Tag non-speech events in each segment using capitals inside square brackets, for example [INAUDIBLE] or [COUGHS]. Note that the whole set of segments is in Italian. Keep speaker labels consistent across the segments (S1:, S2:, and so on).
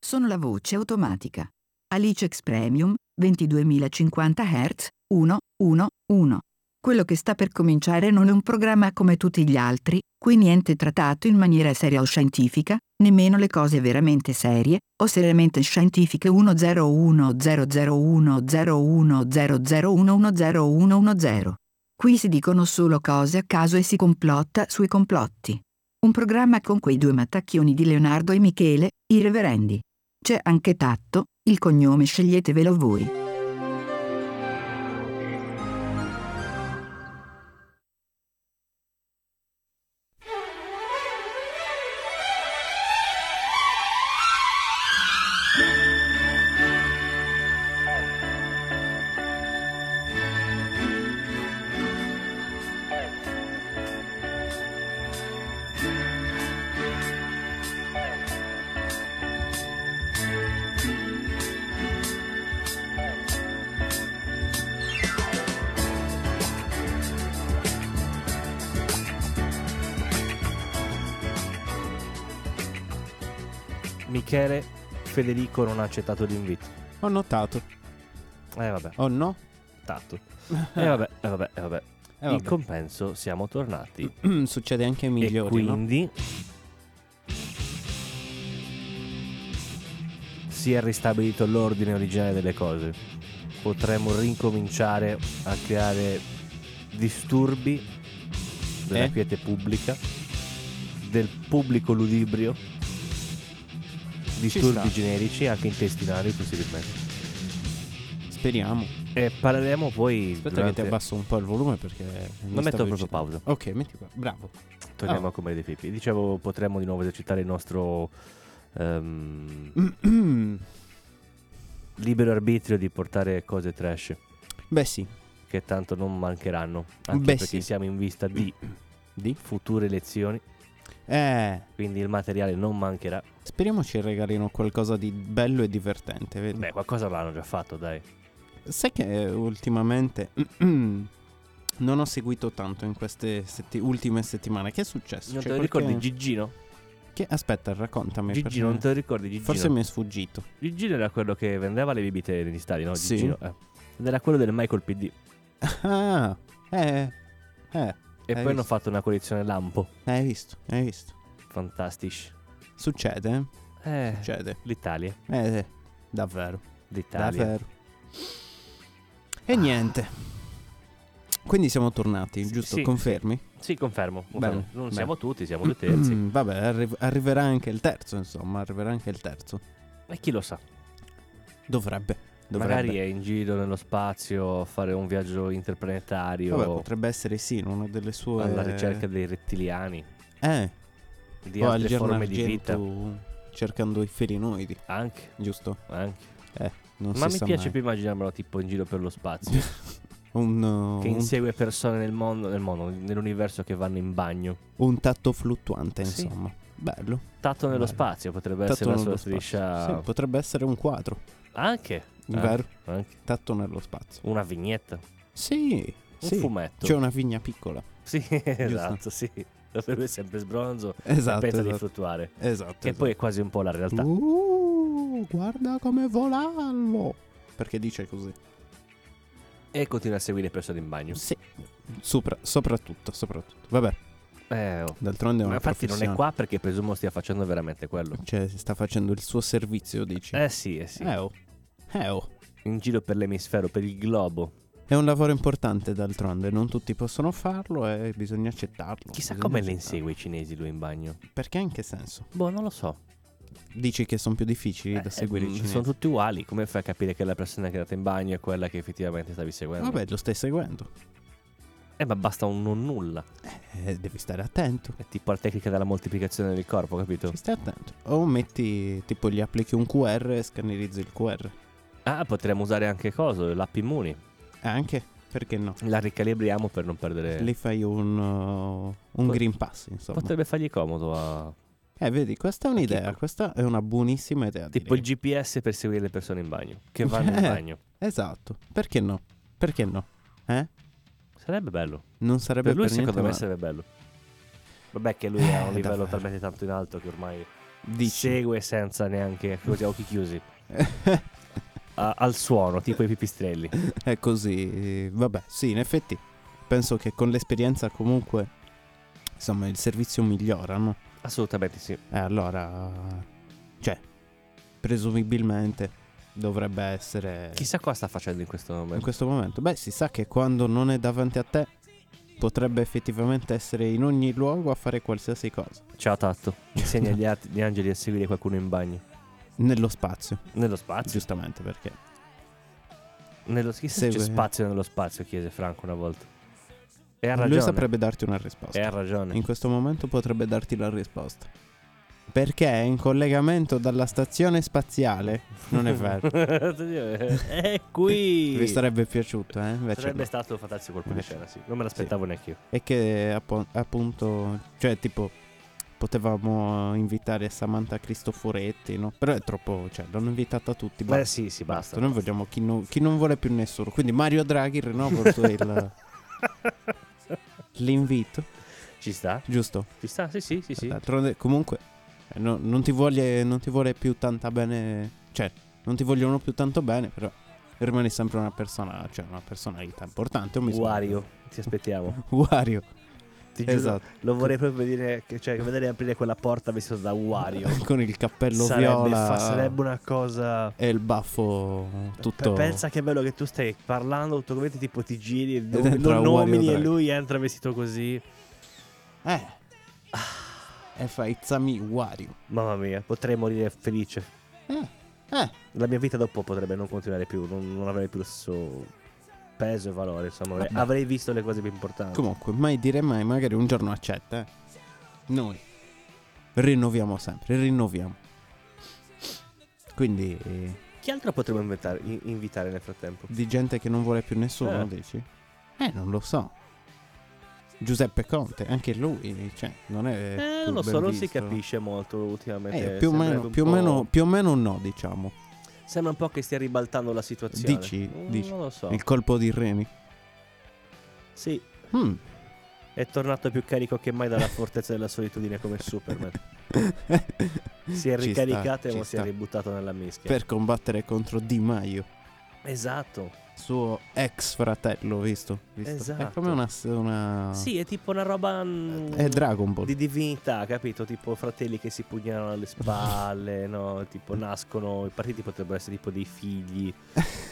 S1: sono la voce automatica. Alicex Premium 22.050 Hz 111. Quello che sta per cominciare non è un programma come tutti gli altri, qui niente è trattato in maniera seria o scientifica, nemmeno le cose veramente serie o seriamente scientifiche 101001010100110. Qui si dicono solo cose a caso e si complotta sui complotti. Un programma con quei due mattacchioni di Leonardo e Michele, i reverendi. C'è anche Tatto, il cognome sceglietevelo voi.
S2: Michele Federico non ha accettato l'invito.
S3: Ho notato.
S2: Eh vabbè,
S3: Oh no? [LAUGHS]
S2: tanto. E vabbè, e vabbè, e vabbè.
S3: Eh,
S2: In
S3: vabbè.
S2: compenso siamo tornati.
S3: [CLEARS THROAT] Succede anche ai
S2: E
S3: migliori. no?
S2: quindi... Si è ristabilito l'ordine originale delle cose. Potremmo ricominciare a creare disturbi della
S3: Eh?
S2: quiete pubblica, del pubblico ludibrio,
S3: sta.
S2: disturbi generici, anche intestinali possibilmente.
S3: Speriamo.
S2: E Eh, parleremo poi.
S3: Aspetta
S2: durante-
S3: che ti abbasso un po' il volume perché. mi
S2: Non metto proprio
S3: stavo uccidendo.
S2: pausa.
S3: Ok, metti qua. Bravo. [CLEARS THROAT]
S2: Torniamo
S3: Ah.
S2: a comere dei fichi. Dicevo, potremmo di nuovo esercitare il nostro ehm, libero arbitrio di portare cose trash
S3: Beh, sì.
S2: che tanto non mancheranno. Anche
S3: Beh,
S2: perché
S3: sì.
S2: siamo in vista di
S3: Di?
S2: future elezioni.
S3: Eh.
S2: Quindi il materiale non mancherà.
S3: Speriamo ci regalino qualcosa di bello e divertente. Vedi?
S2: Beh, qualcosa l'hanno già fatto, dai.
S3: Sai che eh, ultimamente. [CLEARS THROAT] non ho seguito tanto in queste setti- ultime settimane. Che è successo?
S2: Non
S3: C'è
S2: te lo
S3: qualche-
S2: ricordi Gigino?
S3: Che... Aspetta, raccontami. perché-
S2: Gigino, non te lo ricordi Gigino?
S3: Forse mi è sfuggito. [LAUGHS]
S2: Gigino era quello che vendeva le bibite negli stadi, no?
S3: Sì.
S2: Gigino, eh. Ed era quello del Michael PD.
S3: Ah, eh. Eh.
S2: E
S3: Hai
S2: poi hanno
S3: visto?
S2: fatto una collezione lampo.
S3: Eh, Hai visto? Hai visto?
S2: Fantastici.
S3: Succede? eh?
S2: Eh,
S3: Succede.
S2: l'Italia.
S3: Eh, sì, davvero.
S2: L'Italia.
S3: Davvero. E niente. Quindi siamo tornati, giusto?
S2: sì,
S3: Confermi?
S2: Sì, confermo. confermo.
S3: Bene,
S2: non
S3: bene.
S2: siamo tutti, siamo
S3: [CLEARS THROAT]
S2: due terzi.
S3: Mm, vabbè, arri- arriverà anche il terzo, insomma, arriverà anche il terzo.
S2: e chi lo sa?
S3: Dovrebbe. Dovrebbe.
S2: Magari è in giro nello spazio a fare un viaggio interplanetario
S3: Vabbè, potrebbe essere sì, in una delle sue...
S2: alla ricerca dei rettiliani,
S3: Eh,
S2: di
S3: o al
S2: altre
S3: giorno
S2: forme di vita.
S3: argento cercando i felinoidi,
S2: Anche,
S3: giusto?
S2: anche.
S3: Non
S2: Ma
S3: si
S2: mi
S3: sa
S2: piace
S3: mai.
S2: più immaginarmelo tipo in giro per lo spazio,
S3: Un, uh,
S2: che
S3: un-
S2: insegue persone nel mondo, nel mondo, nell'universo che vanno in bagno.
S3: un tatto fluttuante,
S2: Sì.
S3: insomma. Bello.
S2: Tatto nello
S3: Bello.
S2: spazio potrebbe
S3: Tatto
S2: essere la
S3: nello
S2: sua
S3: spazio.
S2: striscia.
S3: Sì, potrebbe essere un quadro.
S2: Anche,
S3: Vero?
S2: anche.
S3: Tatto nello spazio.
S2: Una vignetta,
S3: Sì.
S2: un
S3: sì. Cioè,
S2: fumetto.
S3: C'è una vigna piccola.
S2: Sì, [LAUGHS] esatto, sì. Dovrebbe sempre sbronzo
S3: Esatto.
S2: pensa di
S3: esatto.
S2: fluttuare.
S3: esatto,
S2: Che
S3: esatto.
S2: poi è quasi un po' la realtà.
S3: Uh, guarda come volavo. Perché dice così.
S2: E continua a seguire persone in bagno.
S3: Sì. Sopra- soprattutto, soprattutto. Vabbè,
S2: Eh, oh.
S3: d'altronde è
S2: Ma
S3: una
S2: infatti non è
S3: professione.
S2: qua perché presumo stia facendo veramente quello.
S3: Cioè, sta facendo il suo servizio, dici.
S2: Eh sì, eh sì.
S3: Eh, oh. Eh, oh.
S2: In giro per l'emisfero, per il globo.
S3: È un lavoro importante d'altronde, non tutti possono farlo e bisogna accettarlo.
S2: Chissà
S3: bisogna
S2: come le
S3: accettarlo.
S2: insegue i cinesi lui in bagno.
S3: Perché in che senso?
S2: Boh, non lo so.
S3: Dici che sono più difficili
S2: Eh,
S3: da seguire
S2: mm,
S3: i cinesi?
S2: Sono tutti uguali. Come fai a capire che la persona che è andata in bagno è quella che effettivamente stavi seguendo?
S3: Vabbè, lo stai seguendo.
S2: Eh, ma basta un non nulla.
S3: Eh, devi stare attento.
S2: È tipo la tecnica della moltiplicazione del corpo, capito?
S3: Ci stai attento. O metti, tipo, gli applichi un QR e scannerizzi il QR.
S2: Ah, potremmo usare anche cosa? L'app Immuni.
S3: Eh, anche, perché no?
S2: La ricalibriamo per non perdere.
S3: Lì fai un, uh, un
S2: Eh. Pot-
S3: green pass, insomma.
S2: Potrebbe fargli comodo a.
S3: Eh, vedi, questa è un'idea, questa è una buonissima idea.
S2: Tipo il
S3: direi.
S2: GPS per seguire le persone in bagno.
S3: [LAUGHS]
S2: Che vanno in
S3: Eh.
S2: bagno.
S3: Esatto. Perché no? Perché no? Eh?
S2: Sarebbe bello.
S3: Non sarebbe
S2: Per lui,
S3: per niente
S2: secondo me,
S3: male.
S2: sarebbe bello. Vabbè, che lui ha un
S3: Eh,
S2: livello
S3: davvero.
S2: talmente tanto in alto che ormai
S3: Dici.
S2: segue senza neanche così a occhi chiusi
S3: [LAUGHS]
S2: a- al suono, tipo i pipistrelli.
S3: È così, eh, vabbè, sì, in effetti penso che con l'esperienza comunque, insomma, il servizio migliora, no?
S2: Assolutamente sì.
S3: E allora, cioè, presumibilmente dovrebbe essere
S2: Chissà cosa sta facendo in questo
S3: in
S2: momento.
S3: questo momento. Beh, si sa che quando non è davanti a te potrebbe effettivamente essere in ogni luogo a fare qualsiasi cosa,
S2: Ciao
S3: [LAUGHS]
S2: Tatto, insegna agli at- gli angeli a seguire qualcuno in bagno.
S3: nello spazio,
S2: Nello spazio.
S3: giustamente perché
S2: Nello, chissà se c'è
S3: Segue.
S2: spazio nello spazio, chiese Franco una volta. E ha
S3: lui
S2: ragione.
S3: saprebbe darti una
S2: E
S3: risposta.
S2: ha ragione.
S3: In questo momento potrebbe darti la risposta. Perché è in collegamento dalla stazione spaziale? Non è
S2: [LAUGHS]
S3: vero.
S2: [LAUGHS] è qui.
S3: Vi sarebbe piaciuto, eh? Invece
S2: Sarebbe
S3: no.
S2: stato fantastico colpo di
S3: Invece
S2: scena, sì. Non me l'aspettavo neanche io.
S3: E che appo- appunto, cioè tipo, potevamo invitare Samantha Cristoforetti, no? Però è troppo, cioè, l'hanno invitata tutti.
S2: Beh,
S3: Basta,
S2: sì, sì,
S3: basta.
S2: basta.
S3: Noi vogliamo chi, non- chi non vuole più nessuno. Quindi Mario Draghi rinnova il suo-
S2: [LAUGHS]
S3: il- l'invito,
S2: Ci sta?
S3: giusto?
S2: Ci sta? Sì, sì, sì, sì.
S3: D'altronde, comunque, eh, no- non, ti vuole, non ti vuole più tanta bene. Cioè, non ti vogliono più tanto bene, però rimani sempre una persona, cioè una personalità importante. o mi sbaglio? [LAUGHS]
S2: Wario, ti aspettiamo.
S3: Wario,
S2: [LAUGHS] Ti giuro,
S3: esatto.
S2: lo vorrei proprio vedere, che- cioè vedere aprire quella porta vestito da Wario.
S3: [LAUGHS]
S2: [LAUGHS]
S3: Con il cappello
S2: sarebbe,
S3: viola
S2: fa- sarebbe una cosa...
S3: e il baffo
S2: Pe-
S3: tutto.
S2: Pensa che bello che tu stai parlando, tutto come ti- tipo ti giri, [LAUGHS] e
S3: entra
S2: non, non
S3: Wario
S2: nomini e
S3: Draghi.
S2: lui entra vestito così.
S3: Eh.
S2: Ah.
S3: E fai It's a me, Wario.
S2: Mamma mia, potrei morire felice.
S3: Eh. Eh.
S2: La mia vita dopo potrebbe non continuare più, non, non avrei più lo stesso peso e valore, insomma, avrei,
S3: Vabbè.
S2: avrei visto le cose più importanti.
S3: Comunque, mai dire mai, magari un giorno accetta. eh. Noi rinnoviamo sempre, rinnoviamo. Quindi, eh,
S2: Chi altro potremmo inventare- in- invitare nel frattempo?
S3: di gente che non vuole più nessuno,
S2: Eh.
S3: dici? Eh, non lo so. Giuseppe Conte, anche lui, cioè, non è.
S2: Eh,
S3: più
S2: non lo so,
S3: ben
S2: non si
S3: visto.
S2: capisce molto ultimamente.
S3: Eh, più o
S2: sembra
S3: meno,
S2: un
S3: più o
S2: po'-
S3: meno- più o meno no, diciamo.
S2: Sembra un po' che stia ribaltando la situazione.
S3: Dici?
S2: Mm,
S3: Dici.
S2: Non lo so.
S3: Il colpo di Reni.
S2: Sì, [LAUGHS]
S3: Mm.
S2: è tornato più carico che mai dalla fortezza della solitudine come
S3: [LAUGHS]
S2: Superman. Si è
S3: Ci
S2: ricaricato
S3: sta,
S2: e
S3: ci
S2: non si è
S3: sta.
S2: ributtato nella mischia.
S3: Per combattere contro Di Maio,
S2: Esatto.
S3: suo ex fratello, visto? Visto? È
S2: Esatto.
S3: come una. s- una-
S2: Sì, è tipo una roba. mm,
S3: Ah. È Dragon Ball.
S2: Di divinità, capito? Tipo fratelli che si pugnano alle spalle, no? Tipo nascono, i partiti potrebbero essere tipo dei
S3: [LAUGHS]
S2: figli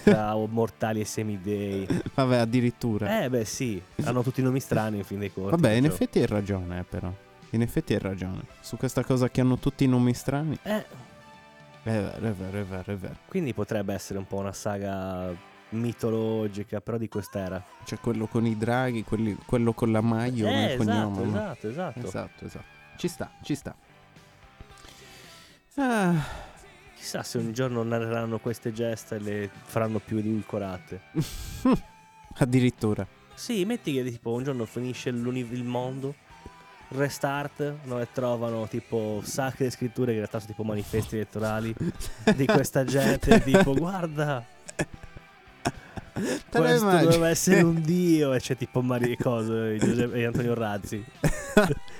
S2: tra mortali e semidei.
S3: [LAUGHS] Vabbè, addirittura.
S2: Eh beh
S3: [LAUGHS]
S2: sì, hanno tutti nomi strani in fin dei conti.
S3: Vabbè, Cioè, in
S2: cioè.
S3: effetti hai ragione, eh, però. In effetti hai ragione. Su questa cosa che hanno tutti i nomi strani.
S2: Eh,
S3: È vero, è vero, è vero, è vero.
S2: quindi potrebbe essere un po' una saga mitologica, però di quest'era.
S3: C'è quello con i draghi, quelli- quello con la Maio
S2: eh,
S3: nel
S2: esatto,
S3: Ah, cognome. no?
S2: esatto, esatto,
S3: esatto, esatto. Ci sta, ci sta. Ah, [LAUGHS]
S2: Chissà se un giorno narreranno queste gesta e le faranno più edulcorate.
S3: addirittura.
S2: Sì, metti che tipo un giorno finisce l'uni- il mondo, restart, no, e trovano tipo sacre scritture che in realtà sono tipo manifesti elettorali di
S3: [LAUGHS]
S2: questa gente, tipo guarda,
S3: Te lo
S2: questo
S3: immagini?
S2: doveva essere
S3: [LAUGHS]
S2: un dio e c'è tipo Mario Coso e Giuseppe- e Antonio Razzi.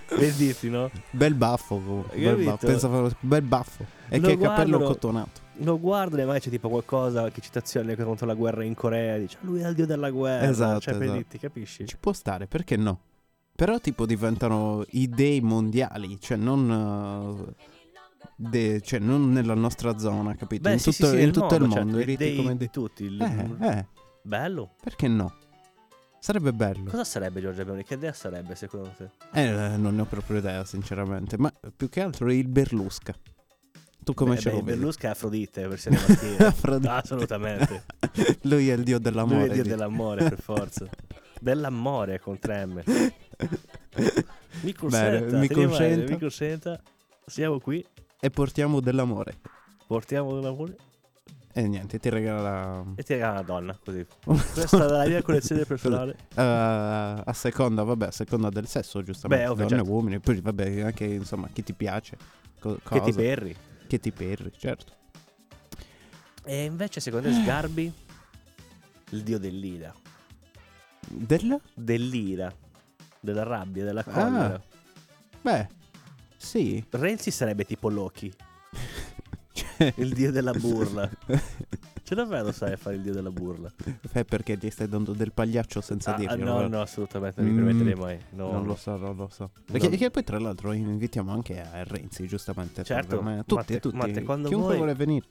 S2: per dirti, no?
S3: [LAUGHS] Bel baffo comunque. Bel
S2: Capito?
S3: baffo. Pensavo- bel baffo. E
S2: Lo
S3: che cappello
S2: guardano-
S3: cotonato.
S2: Lo guardo e mai c'è tipo qualcosa che citazione contro la guerra in Corea, dice "Ah, lui è il dio della guerra,
S3: Esatto,
S2: cioè per
S3: esatto.
S2: dirti, capisci?
S3: Ci può stare, perché no? Però tipo diventano idee mondiali, cioè non... eh, de- cioè non nella nostra zona, capito? in tutto, in
S2: nel
S3: tutto il
S2: cioè,
S3: mondo, i
S2: dei-
S3: riti come
S2: di
S3: dei...
S2: tutti. il-
S3: Eh, eh,
S2: Bello.
S3: perché no? Sarebbe bello.
S2: Cosa sarebbe Giorgia Meloni? Che idea sarebbe secondo te?
S3: Eh, non ne ho proprio idea, sinceramente, ma eh, più che altro il Berlusca. Tu come
S2: Eh, Beh,
S3: ce
S2: beh,
S3: lo vedi?
S2: Berlusca è Afrodite, versione
S3: [LAUGHS]
S2: maschile.
S3: Afrodite.
S2: Assolutamente.
S3: Lui è il dio dell'amore.
S2: Lui è il dio
S3: dici.
S2: dell'amore, per forza. Dell'amore con 3M. Mi consenta,
S3: mi
S2: ti rimane,
S3: consenta.
S2: mi consenta. Siamo qui,
S3: [LAUGHS] E portiamo dell'amore.
S2: portiamo dell'amore
S3: E niente, ti regala...
S2: e ti regala una donna,
S3: [LAUGHS]
S2: così. Questa è la mia collezione personale.
S3: Eh, a seconda, vabbè, a seconda del sesso, giustamente.
S2: Beh, ovvio,
S3: Donne
S2: certo.
S3: e uomini, poi vabbè, anche insomma, chi ti piace, co-
S2: Che ti
S3: cosa,
S2: berri.
S3: che ti perri, certo.
S2: E invece secondo te Sgarbi? Il dio dell'ira.
S3: Del? Ah.
S2: Dell'ira. Della rabbia, della collera.
S3: Beh, Sì. [LAUGHS]
S2: Renzi sarebbe tipo Loki, il dio della
S3: [LAUGHS]
S2: burla. Ce davvero sai a fare il dio della burla?
S3: Eh, perché ti stai dando del pagliaccio senza
S2: Ah,
S3: dirglielo.
S2: no,
S3: guarda.
S2: no, assolutamente, non mi
S3: Mm.
S2: permetterei mai. No,
S3: Non
S2: no.
S3: lo so, non lo so. Perché,
S2: Non-
S3: che poi, tra l'altro, invitiamo anche a Renzi, giustamente.
S2: Certo,
S3: ma tutti,
S2: Matte-
S3: tutti.
S2: Matte, quando
S3: Chiunque
S2: vuoi.
S3: vuole venire.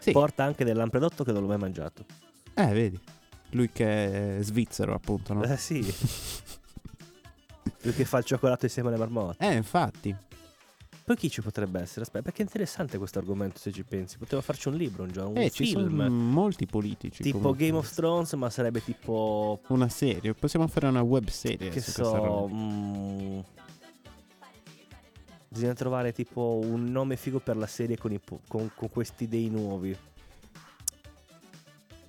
S3: Sì.
S2: Porta anche del lampredotto che non l'ho mai mangiato.
S3: Eh, vedi. Lui che è svizzero, appunto, no?
S2: Eh sì. Lui che fa il cioccolato insieme alle marmotte.
S3: [LAUGHS] Eh, infatti.
S2: Poi chi ci potrebbe essere? Aspetta, perché è interessante questo argomento se ci pensi. Poteva farci un libro, un gioco, un
S3: eh, ci
S2: film.
S3: sono molti politici.
S2: tipo
S3: comunque.
S2: Game of Thrones, ma sarebbe tipo...
S3: Una serie. Possiamo fare una web serie
S2: che
S3: su questa
S2: so...
S3: roba.
S2: mm, bisogna trovare tipo un nome figo per la serie con, i po- con- con questi dei nuovi.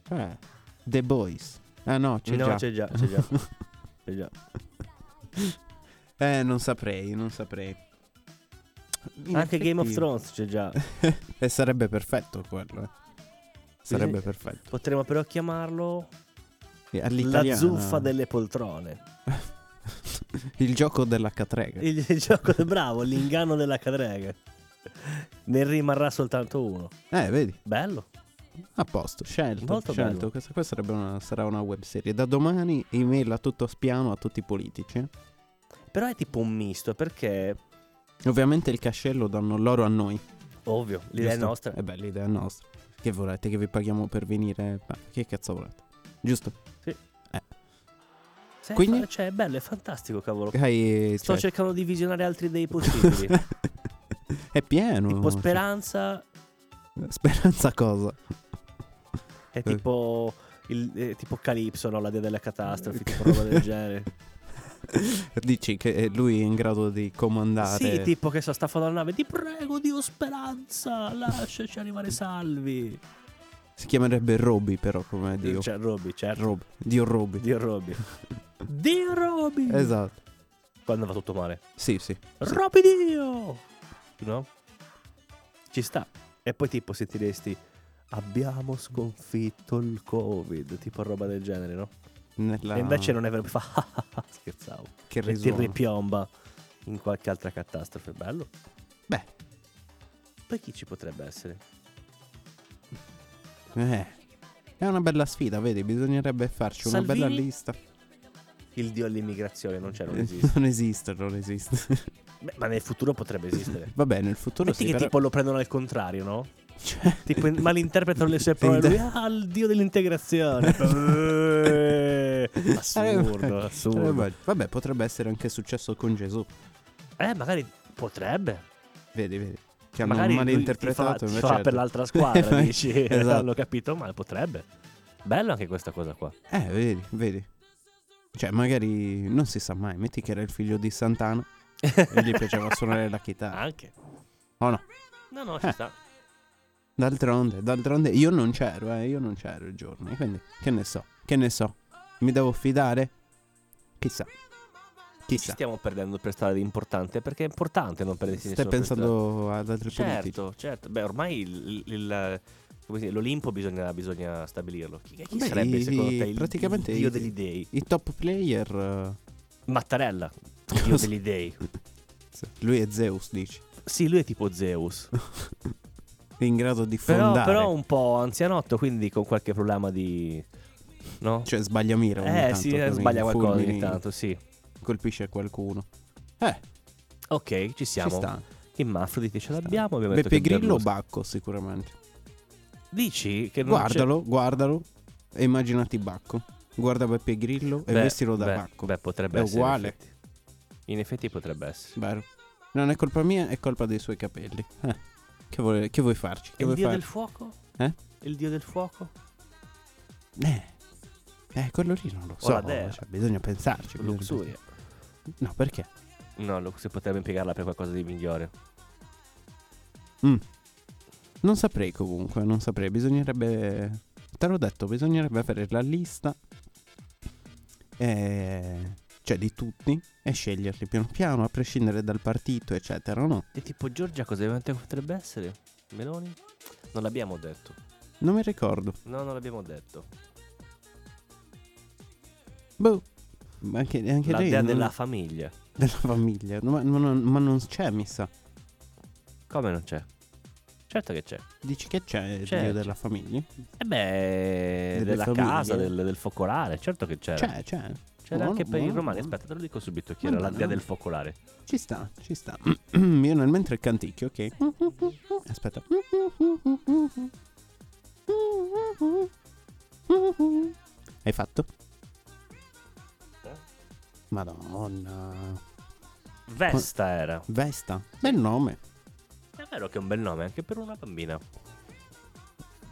S3: Eh, The Boys. Ah, no, c'è
S2: no,
S3: già.
S2: c'è già,
S3: [LAUGHS]
S2: c'è già. c'è già.
S3: Eh, non saprei, non saprei. In
S2: Anche Game of
S3: effetti-
S2: Thrones c'è
S3: [LAUGHS]
S2: già.
S3: E sarebbe perfetto quello. eh. Sarebbe
S2: Bisogna-
S3: perfetto.
S2: Potremmo però chiamarlo
S3: E All'italiana.
S2: La zuffa delle poltrone.
S3: Il gioco della catrega.
S2: Il, il gioco [LAUGHS] del bravo, l'inganno della cadrega. Ne rimarrà soltanto uno.
S3: Eh, vedi,
S2: Bello.
S3: a posto, scelto,
S2: Molto
S3: scelto.
S2: bello.
S3: Questa qua sarebbe una, sarà una web serie. Da domani email a tutto spiano a tutti i politici.
S2: Però è tipo un misto perché,
S3: Ovviamente il cascello danno loro a noi.
S2: ovvio, l'idea è
S3: giusto?
S2: nostra.
S3: Eh beh, l'idea è nostra. Che volete che vi paghiamo per venire? Ma che cazzo volete? Giusto?
S2: Sì,
S3: quindi?
S2: fa- Cioè, è bello, è fantastico, cavolo.
S3: Hai,
S2: Sto
S3: cioè,
S2: cercando di visionare altri dei
S3: [LAUGHS]
S2: possibili.
S3: è pieno.
S2: tipo Speranza
S3: cioè, speranza cosa? Eh.
S2: è tipo, il, è tipo Calypso, no? La dea delle
S3: Eh,
S2: catastrofi, tipo roba
S3: [LAUGHS]
S2: del genere.
S3: Dici che lui è in grado di comandare.
S2: Sì, tipo che so, sta foto alla nave. Ti prego, Dio Speranza, lasciaci arrivare salvi.
S3: Si chiamerebbe Roby, però, come Dio.
S2: Cioè, Robby, certo.
S3: Roby. Dio Roby.
S2: Dio
S3: [LAUGHS]
S2: Robby. Dio Robby.
S3: Esatto.
S2: Quando va tutto male.
S3: Sì, sì.
S2: Robby Dio. No? Ci sta. E poi tipo sentiresti abbiamo sconfitto il Covid, tipo roba del genere, no?
S3: Nella...
S2: E invece non è vero, fa [LAUGHS] "Ah, ah, ah", scherzavo.
S3: Che
S2: E ti
S3: risuono.
S2: ripiomba in qualche altra catastrofe, bello.
S3: Beh,
S2: Poi chi ci potrebbe essere?
S3: eh, è una bella sfida, vedi? Bisognerebbe farci una
S2: Salvini?
S3: bella lista.
S2: Il dio all'immigrazione, non c'è, non [LAUGHS] esiste.
S3: [LAUGHS] non esiste, non esiste. [LAUGHS]
S2: Beh, ma nel futuro potrebbe esistere.
S3: Vabbè, nel futuro
S2: Metti
S3: sì,
S2: che
S3: però...
S2: tipo lo prendono al contrario, no?
S3: Cioè,
S2: Tipo [LAUGHS] in- malinterpretano le sue parole. Lui, ah, il dio [LAUGHS] dell'integrazione. Eh, assurdo,
S3: Eh,
S2: assurdo.
S3: Vabbè, potrebbe essere anche successo con Gesù.
S2: Eh, magari potrebbe.
S3: Vedi, vedi. Che hanno
S2: Magari lui
S3: malinterpretato.
S2: ti fa, ti
S3: invece-
S2: fa per l'altra
S3: [LAUGHS]
S2: squadra, dici. [LAUGHS]
S3: Esatto.
S2: L'ho capito male, potrebbe. Bello anche questa cosa qua.
S3: Eh, vedi, vedi. Cioè, magari non si sa mai. Metti che era il figlio di Santana e gli
S2: [LAUGHS]
S3: piaceva suonare la chitarra.
S2: Anche.
S3: Oh no.
S2: No, no, ci
S3: Eh.
S2: sta.
S3: D'altronde, d'altronde io non c'ero, eh, io non c'ero il giorno, quindi che ne so, che ne so. Mi devo fidare? Chissà.
S2: Ci
S3: Chissà.
S2: stiamo perdendo per strada di importante perché è importante non perdersi
S3: Stai
S2: nessuno per strada.
S3: pensando ad altri politici?
S2: Certo, certo. Beh, ormai il- il- come si dice, l'Olimpo bisogna, bisogna stabilirlo. Chi, chi
S3: Beh,
S2: sarebbe
S3: i-
S2: secondo te il
S3: praticamente
S2: dio
S3: i-
S2: degli dei?
S3: I top
S2: [LAUGHS]
S3: player eh,
S2: Mattarella, dio
S3: [LAUGHS] Cosa?
S2: degli dei.
S3: lui è Zeus, dici.
S2: Sì, lui è tipo Zeus.
S3: In grado di
S2: Però,
S3: fondare.
S2: però un po' anzianotto, quindi con qualche problema di... No?
S3: Cioè sbaglia mira ogni
S2: eh
S3: tanto,
S2: sì,
S3: così,
S2: sbaglia qualcosa ogni
S3: fulmini,
S2: tanto, sì.
S3: Colpisce qualcuno. Eh,
S2: Ok, ci siamo.
S3: ci sta.
S2: Ermafrodite ce
S3: sta.
S2: l'abbiamo. abbiamo detto
S3: Beppe
S2: che
S3: Grillo
S2: Berlusconi-
S3: Bacco sicuramente.
S2: Dici che non c'è-
S3: Guardalo, guardalo e immaginati Bacco. Guarda Beppe Grillo e
S2: Beh,
S3: vestilo da
S2: beh,
S3: Bacco.
S2: Beh, potrebbe
S3: È
S2: essere. in
S3: uguale.
S2: effetti. In effetti potrebbe essere.
S3: Vero. Non è colpa mia, è colpa dei suoi capelli. Eh, Che, vuole- che vuoi farci? Che
S2: il
S3: vuoi
S2: dio
S3: fare?
S2: del fuoco?
S3: Eh?
S2: Il dio del fuoco?
S3: Eh. Eh, quello lì non lo
S2: O
S3: so.
S2: la dea.
S3: cioè, bisogna pensarci. bisogna
S2: Luxuria.
S3: pensarci. No, perché?
S2: No, lo- si potrebbe impiegarla per qualcosa di migliore.
S3: Non saprei comunque, non saprei. Bisognerebbe. Te l'ho detto, bisognerebbe avere la lista. eh, Cioè, di tutti. E sceglierli piano piano, a prescindere dal partito, eccetera, no?
S2: E tipo Giorgia cosa eventualmente potrebbe essere? Meloni? Non l'abbiamo detto.
S3: Non mi ricordo.
S2: No, non l'abbiamo detto.
S3: Boh. Ma anche, anche
S2: la
S3: lei.
S2: dea
S3: non-
S2: della famiglia.
S3: [LAUGHS] della famiglia. Ma, ma non- ma non c'è, mi sa.
S2: Come non c'è? Certo che c'è.
S3: Dici che c'è il
S2: C'è,
S3: dio
S2: c'è.
S3: della famiglia?
S2: E Eh beh,
S3: Delle
S2: della
S3: famiglie.
S2: casa, del, del focolare, certo che c'era.
S3: C'è, c'è.
S2: c'era
S3: Buono,
S2: anche per i
S3: buono,
S2: romani.
S3: buono.
S2: Aspetta, te lo dico subito chi era la
S3: Madonna.
S2: dea del focolare.
S3: Ci sta, ci sta. [CLEARS THROAT] Io nel mentre canticchio, ok? Aspetta. Hai fatto? Madonna.
S2: Vesta [LAUGHS] era.
S3: Vesta. Bel nome.
S2: È vero che è un bel nome anche per una bambina.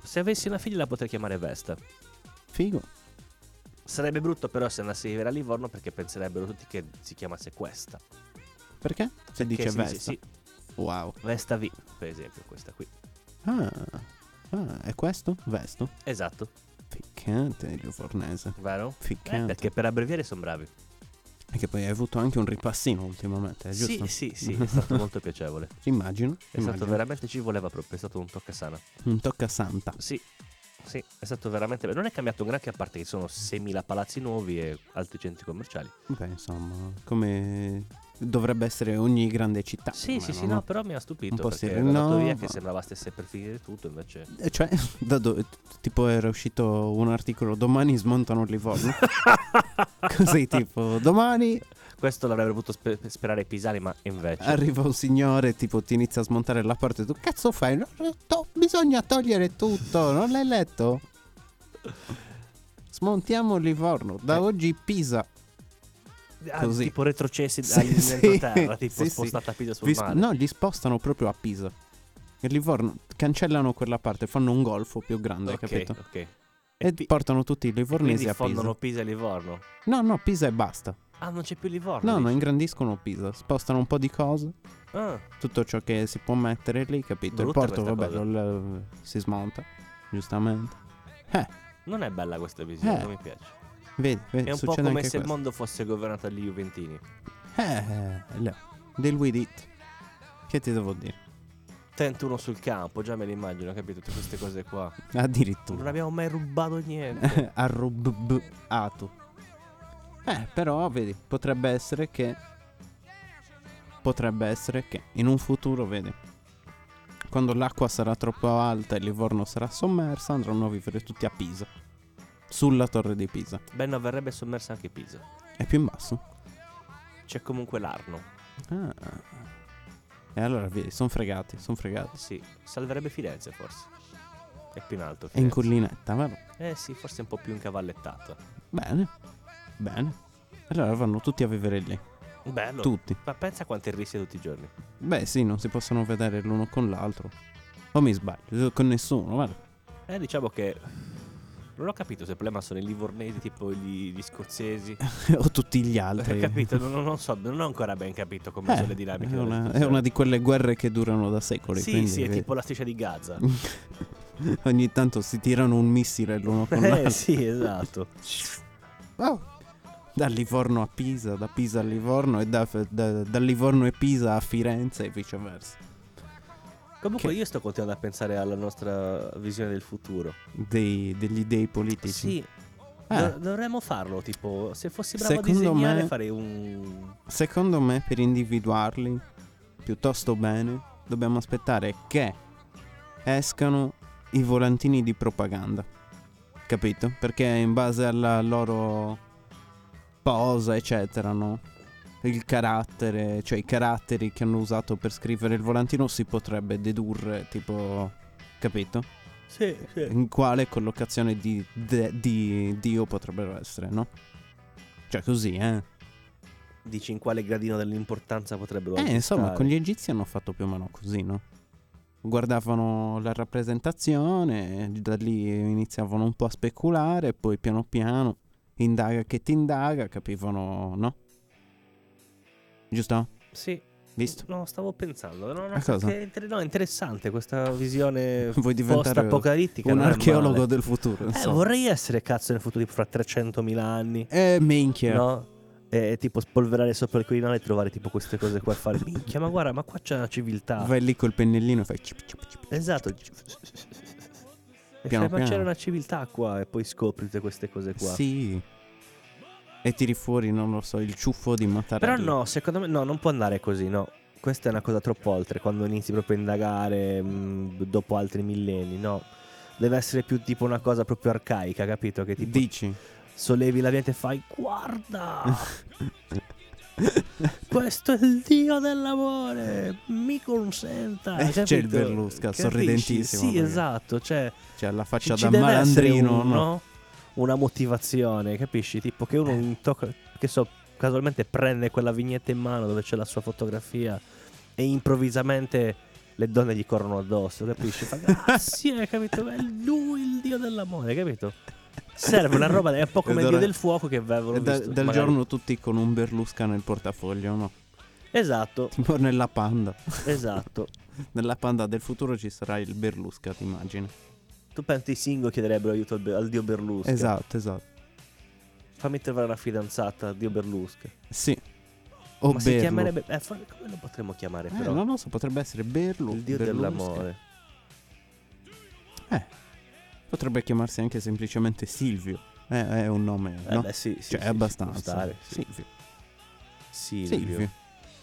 S2: Se avessi una figlia la potrei chiamare Vesta.
S3: Figo.
S2: Sarebbe brutto però se andassi a vivere a Livorno perché penserebbero tutti che si chiamasse questa.
S3: Perché? Se dice
S2: Che sì,
S3: Vesta.
S2: sì, sì,
S3: Wow.
S2: Vesta V, per esempio, questa qui.
S3: Ah. Ah, è questo? Vesto?
S2: Esatto,
S3: Ficcante il fornese.
S2: vero? Eh,
S3: Ficcante.
S2: perché per abbreviare sono bravi.
S3: E che poi hai avuto anche un ripassino ultimamente, è giusto?
S2: Sì, sì, sì, [LAUGHS] è stato molto piacevole.
S3: Immagino.
S2: È stato
S3: immagino.
S2: veramente, ci voleva proprio, è stato un tocca sana.
S3: Un tocca santa.
S2: Sì, sì, è stato veramente bello. Non è cambiato un granché a parte che ci sono 6.000 palazzi nuovi e altri centri commerciali.
S3: Beh, insomma, come dovrebbe essere ogni grande città.
S2: Sì, sì,
S3: almeno,
S2: sì, no, però mi ha stupito
S3: Un po'
S2: perché
S3: sì,
S2: era andato
S3: no,
S2: via che
S3: ma-
S2: sembrava stesse per finire tutto, invece...
S3: Eh, Cioè, [LAUGHS] da dove- tipo era uscito un articolo, domani smontano
S2: [LAUGHS]
S3: Livorno. Così tipo, domani
S2: [LAUGHS] Questo l'avrebbero potuto spe- sperare Pisani, ma invece...
S3: arriva un signore, tipo ti inizia a smontare la porta e tu, cazzo fai? No, no, to- bisogna togliere tutto, non l'hai letto? Smontiamo Livorno, da
S2: Eh.
S3: oggi Pisa.
S2: Ah,
S3: Eh, così.
S2: tipo retrocessi
S3: Sì,
S2: dagli-
S3: sì. [LAUGHS]
S2: dall'entroterra, tipo
S3: Sì, sì.
S2: spostata a Pisa sul
S3: Vi sp-
S2: mare.
S3: no, li spostano proprio a Pisa. E Livorno cancellano quella parte, fanno un golfo più grande,
S2: ok,
S3: capito?
S2: ok. E,
S3: E
S2: Pi-
S3: portano tutti i livornesi
S2: quindi
S3: a Pisa.
S2: fondono Pisa e Livorno.
S3: No, no, Pisa e basta.
S2: Ah, non c'è più Livorno.
S3: No, no,
S2: dici?
S3: ingrandiscono Pisa, spostano un po' di cose,
S2: Ah,
S3: tutto ciò che si può mettere lì, capito?
S2: Brutta
S3: Il porto,
S2: questa
S3: vabbè,
S2: cosa.
S3: lo- si smonta, giustamente. Eh,
S2: non è bella questa visione,
S3: Eh,
S2: non mi piace.
S3: vedi, vedi
S2: È un po'
S3: succede
S2: come
S3: anche
S2: se il
S3: questo.
S2: mondo fosse governato dagli Juventini.
S3: Eh, là, deal with it. Che ti devo dire?
S2: Tento uno sul campo, già me li immagino, capito? Tutte queste cose qua.
S3: Mm.
S2: Non
S3: Addirittura.
S2: abbiamo mai rubato niente.
S3: [LAUGHS] arrubbato. Eh, però, vedi, potrebbe essere che... Potrebbe essere che in un futuro, vedi, quando l'acqua sarà troppo alta e Livorno sarà sommersa, andranno a vivere tutti a Pisa. Sulla torre di Pisa.
S2: Beh, no, verrebbe sommersa anche Pisa.
S3: È più in basso.
S2: C'è comunque l'Arno.
S3: Ah. E allora, vedi, sono fregati, sono fregati.
S2: Sì, salverebbe Firenze forse. È più in alto.
S3: È in
S2: Firenze.
S3: collinetta, vero?
S2: Eh sì, forse un po' più incavallettato.
S3: Bene, bene. Allora vanno tutti a vivere lì.
S2: Bello.
S3: Tutti.
S2: Ma pensa quanto è rischio tutti i giorni.
S3: Beh, sì, non si possono vedere l'uno con l'altro. O mi sbaglio, con nessuno, guarda. [LAUGHS]
S2: Eh, diciamo che. Non ho capito se il problema sono i livornesi, tipo gli, gli scozzesi.
S3: o tutti gli
S2: Ho
S3: altri. [LAUGHS]
S2: capito, non, non so, non ho ancora ben capito come
S3: Eh,
S2: sono le dinamiche.
S3: è
S2: delle
S3: una, è
S2: persone.
S3: una di quelle guerre che durano da secoli.
S2: Sì,
S3: quindi,
S2: sì, è
S3: vedi,
S2: tipo la striscia di Gaza.
S3: [LAUGHS] Ogni tanto si tirano un missile l'uno con
S2: eh
S3: l'altro.
S2: sì, esatto.
S3: Oh. Da Livorno a Pisa, da Pisa a Livorno e da, da- da Livorno e Pisa a Firenze e viceversa.
S2: Comunque
S3: Che-
S2: io sto continuando a pensare alla nostra visione del futuro.
S3: Dei- degli dei politici.
S2: Sì.
S3: Eh.
S2: do- dovremmo farlo, tipo, se fossi bravo
S3: Secondo
S2: a disegnare
S3: me-
S2: farei un...
S3: Secondo me per individuarli piuttosto bene dobbiamo aspettare che escano i volantini di propaganda. Capito? Perché in base alla loro posa, eccetera, no? Il carattere, cioè i caratteri che hanno usato per scrivere il volantino si potrebbe dedurre, tipo, capito?
S2: Sì, sì.
S3: in quale collocazione di, de- di Dio potrebbero essere, no? Cioè così, eh.
S2: Dici in quale gradino dell'importanza potrebbero
S3: Eh,
S2: anche
S3: insomma,
S2: stare.
S3: con gli egizi hanno fatto più o meno così, no? Guardavano la rappresentazione, da lì iniziavano un po' a speculare, poi piano piano, indaga che ti indaga, capivano, no? Giusto?
S2: Sì.
S3: Visto?
S2: No, stavo pensando. No, no,
S3: A cosa?
S2: che è inter- no, è interessante questa visione
S3: [LAUGHS] Vuoi diventare
S2: post-apocalittica.
S3: un
S2: non è
S3: archeologo
S2: male.
S3: del futuro,
S2: Eh,
S3: insomma.
S2: vorrei essere cazzo nel futuro, tipo fra 300.000 anni.
S3: Eh, minchia.
S2: No? E, e tipo spolverare sopra il Quirinale e trovare tipo queste cose qua e fare minchia, ma guarda, ma qua c'è una civiltà.
S3: Vai lì col pennellino e fai... cip, cip, cip.
S2: Esatto. E fai,
S3: Piano
S2: ma c'era
S3: piano.
S2: una civiltà qua e poi scopri tutte queste cose qua.
S3: Sì. E tiri fuori, non lo so, il ciuffo di
S2: Però
S3: Mattarelli.
S2: no, secondo me no, non può andare così, no. Questa è una cosa troppo oltre, quando inizi proprio a indagare mh, dopo altri millenni, no. Deve essere più tipo una cosa proprio arcaica, capito? Che tipo
S3: Dici?
S2: sollevi la vita e fai guarda,
S3: [LAUGHS]
S2: questo è il dio dell'amore, mi consenta. Cioè,
S3: Eh, c'è
S2: capito?
S3: il Berlusca,
S2: Capisci?
S3: sorridentissimo,
S2: Sì,
S3: magari.
S2: esatto, cioè
S3: Cioè, la faccia
S2: ci
S3: da
S2: deve essere
S3: malandrino,
S2: un-
S3: no? Eh.
S2: no? Una motivazione, capisci? Tipo che uno tocca, che so, casualmente prende quella vignetta in mano dove c'è la sua fotografia e improvvisamente le donne gli corrono addosso, capisci?
S3: [LAUGHS]
S2: Fa grazie, capito? È lui il dio dell'amore, capito? Serve una roba, è un po' come il
S3: Ed
S2: dio
S3: ora-
S2: del fuoco che avevano
S3: E da-
S2: visto.
S3: dal
S2: magari.
S3: giorno tutti con un Berlusca nel portafoglio, no? [LAUGHS]
S2: Esatto,
S3: Tipo nella panda.
S2: esatto.
S3: Nella panda del futuro ci sarà il Berlusca, ti immagini?
S2: Tu pensi i single chiederebbero aiuto al, be- al dio Berlusca?
S3: Esatto, esatto.
S2: Fammi trovare una fidanzata al dio Berlusca.
S3: Sì. O
S2: Ma si
S3: Berlu.
S2: chiamerebbe... Eh, fa- come lo potremmo chiamare
S3: Eh,
S2: però?
S3: non lo so, potrebbe essere Berlu.
S2: Il dio
S3: Berlusca.
S2: dell'amore.
S3: Potrebbe chiamarsi anche semplicemente Silvio. Eh, è un nome,
S2: Eh
S3: no?
S2: beh, sì, sì,
S3: cioè,
S2: sì,
S3: è abbastanza.
S2: ci può stare, sì.
S3: Silvio.
S2: Silvio.
S3: Silvio.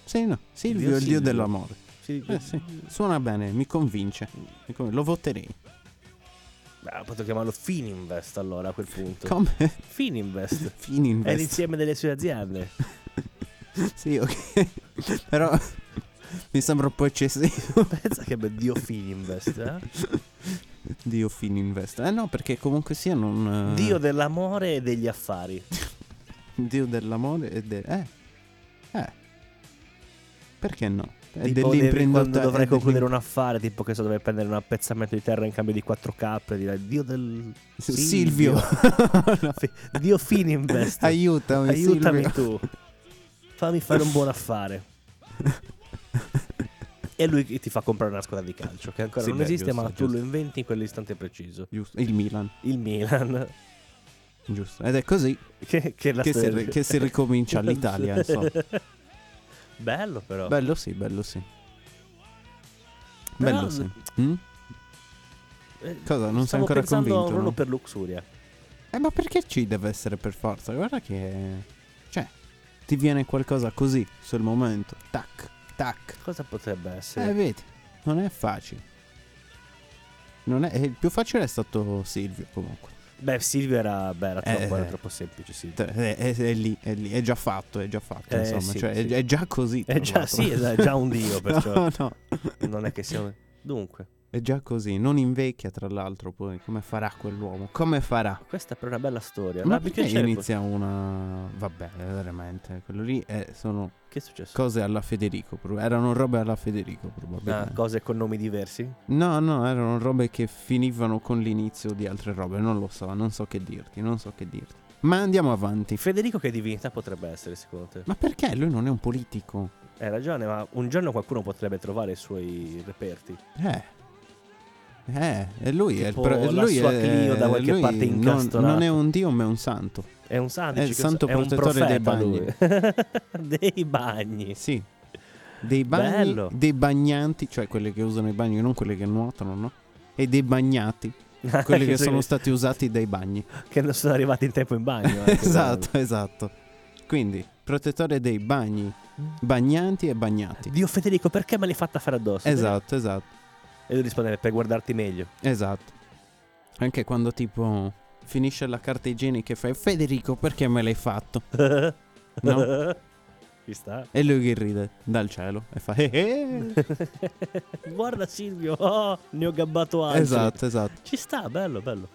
S3: Sì, no. Silvio
S2: Dio
S3: è il dio
S2: Silvio.
S3: dell'amore.
S2: Silvio.
S3: Eh, sì. Suona bene, mi convince.
S2: Mm.
S3: Mi conv- Lo voterei.
S2: Beh, potrei chiamarlo Fininvest allora a quel punto.
S3: Come? [LAUGHS]
S2: Fininvest. È
S3: Fininvest.
S2: l'insieme delle sue
S3: [LAUGHS]
S2: aziende.
S3: Sì, ok. [LAUGHS] Però mi sembra un po' eccessivo. [LAUGHS]
S2: Pensa che bel dio Fininvest, eh?
S3: Dio Fininvest. Eh no, perché comunque sia non... eh,
S2: Dio dell'amore e degli affari.
S3: [LAUGHS] Dio dell'amore e del... Eh. Eh. Perché no? È eh,
S2: tipo devi, quando
S3: dell'imprenditore-
S2: dovrai
S3: è
S2: concludere
S3: dell'im-
S2: un affare, tipo che so, dovrei prendere un appezzamento di terra in cambio di 4 cappe, direi dio del [LAUGHS]
S3: Silvio. [LAUGHS] No.
S2: Fi- dio
S3: [LAUGHS]
S2: Fininvest.
S3: Aiutami,
S2: Aiutami
S3: Silvio.
S2: tu. Fammi fare un buon affare. e lui ti fa comprare una squadra di calcio che ancora
S3: Sì,
S2: non
S3: beh,
S2: esiste,
S3: giusto,
S2: ma tu
S3: giusto.
S2: lo inventi in quell'istante preciso.
S3: Giusto, Il Milan,
S2: Il Milan, [LAUGHS]
S3: giusto. Ed è così
S2: che, che è la
S3: che si,
S2: storia-
S3: che si ricomincia
S2: [LAUGHS]
S3: l'Italia, insomma.
S2: Bello però.
S3: Bello sì, bello sì.
S2: Però-
S3: Bello sì. Mm?
S2: Eh,
S3: Cosa? Non sei
S2: Stavo
S3: ancora
S2: pensando a un
S3: convinto?
S2: ruolo
S3: no?
S2: per Luxuria.
S3: Eh, ma perché ci deve essere per forza? Guarda che. Cioè, ti viene qualcosa così sul momento. Tac, tac.
S2: Cosa potrebbe
S3: Eh,
S2: essere?
S3: vedi, non è facile. Non è... Il più facile è stato Silvio, comunque.
S2: Beh, Silvio era, beh, era
S3: Eh,
S2: troppo, era
S3: eh.
S2: troppo semplice. Silvio.
S3: Cioè, È, è- è lì, è lì, è già fatto, è già fatto.
S2: Eh,
S3: insomma,
S2: sì,
S3: cioè, è-
S2: sì.
S3: È, già così.
S2: È
S3: tra
S2: Eh, già,
S3: l'altro.
S2: sì, è
S3: [LAUGHS]
S2: già un dio, perciò
S3: No, no,
S2: non è che siamo... Dunque,
S3: è già così. Non invecchia, tra l'altro, poi. Come farà quell'uomo? Come farà?
S2: questa è però una bella storia. Ah,
S3: Ma
S2: Dai, Eh, mi
S3: perché
S2: piacerebbe-
S3: inizia una... Vabbè, veramente, quello lì è- sono
S2: Che è successo?
S3: cose alla Federico, prob- erano robe alla Federico
S2: Ah,
S3: probabilmente.
S2: cose con nomi diversi?
S3: no, no, erano robe che finivano con l'inizio di altre robe, non lo so, non so che dirti, non so che dirti. Ma andiamo avanti.
S2: Federico che divinità potrebbe essere secondo te?
S3: Ma perché lui non è un politico?
S2: Hai ragione, ma un giorno qualcuno potrebbe trovare i suoi reperti.
S3: Eh. Eh, e lui è il
S2: Tipo
S3: pro-
S2: la
S3: lui
S2: sua
S3: è-
S2: Clio da qualche
S3: lui
S2: parte
S3: non-
S2: incastonata.
S3: non è un dio, ma è un santo.
S2: È un santo,
S3: È il
S2: dici che
S3: santo
S2: so- è un
S3: protettore dei
S2: profeta lui. [LAUGHS] dei bagni.
S3: Sì. Dei bagni,
S2: Bello.
S3: dei bagnanti, cioè quelli che usano i bagni, non quelli che nuotano, no? E dei bagnati, [LAUGHS]
S2: [LAUGHS]
S3: quelli che sono stati usati dai bagni.
S2: che non sono arrivati in tempo in bagno. eh, anche,
S3: [LAUGHS] esatto, esatto. Quindi, protettore dei bagni, bagnanti e bagnati.
S2: guarda. Dio Federico, perché me l'hai fatta fare addosso?
S3: Esatto, esatto,
S2: E lui rispondeva per guardarti meglio.
S3: esatto. Anche quando tipo finisce la carta igienica e fai Federico, perché me l'hai fatto? [LAUGHS] No.
S2: [LAUGHS] Ci sta. [LAUGHS]
S3: E lui che ride dal cielo e fa "Eh, eh".
S2: Guarda Silvio, oh, ne ho gabbato altri.
S3: Esatto, esatto.
S2: Ci sta, bello, bello.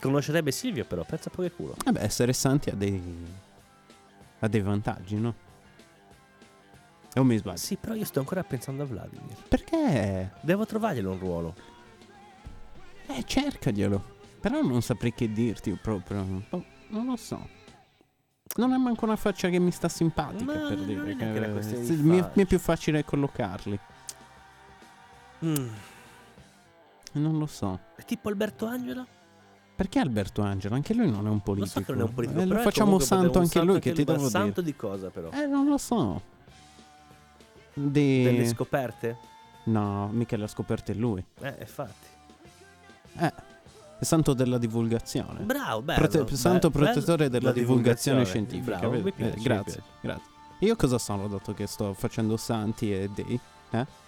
S2: Conoscerebbe Silvio però, pensa poi che culo.
S3: Vabbè, Eh essere santi ha dei. ha dei vantaggi, no? Non mi sbaglio.
S2: Sì, però io sto ancora pensando a Vladimir.
S3: Perché?
S2: Devo trovarglielo un ruolo.
S3: Eh, cercaglielo. Però non saprei che dirti proprio. Boh, non lo so. Non ha manco una faccia che mi sta simpatica,
S2: Ma
S3: per
S2: non è
S3: dire.
S2: neanche una questione
S3: sì,
S2: di
S3: mi, è,
S2: faccia.
S3: mi è più facile collocarli.
S2: Mm,
S3: Non lo so.
S2: È tipo Alberto Angela?
S3: Perché Alberto Angelo? Anche lui non è un
S2: Lo
S3: politico.
S2: so che non è un politico.
S3: Eh,
S2: però
S3: lo
S2: è
S3: facciamo
S2: comunque
S3: santo
S2: un
S3: anche lui, che ti
S2: ma
S3: devo
S2: santo di cosa però?
S3: dire. Eh, non lo so.
S2: Delle
S3: Di...
S2: scoperte?
S3: No, mica l'ha scoperto è lui.
S2: Eh, infatti.
S3: Eh, è santo della divulgazione.
S2: Bravo, bello.
S3: Eh. Prote-
S2: be-
S3: santo protettore
S2: bello-
S3: della
S2: la
S3: divulgazione, scientifica.
S2: Bravo,
S3: vedi?
S2: mi piace,
S3: Eh,
S2: mi
S3: grazie, grazie. Io cosa sono dato che sto facendo santi e dei
S2: piace.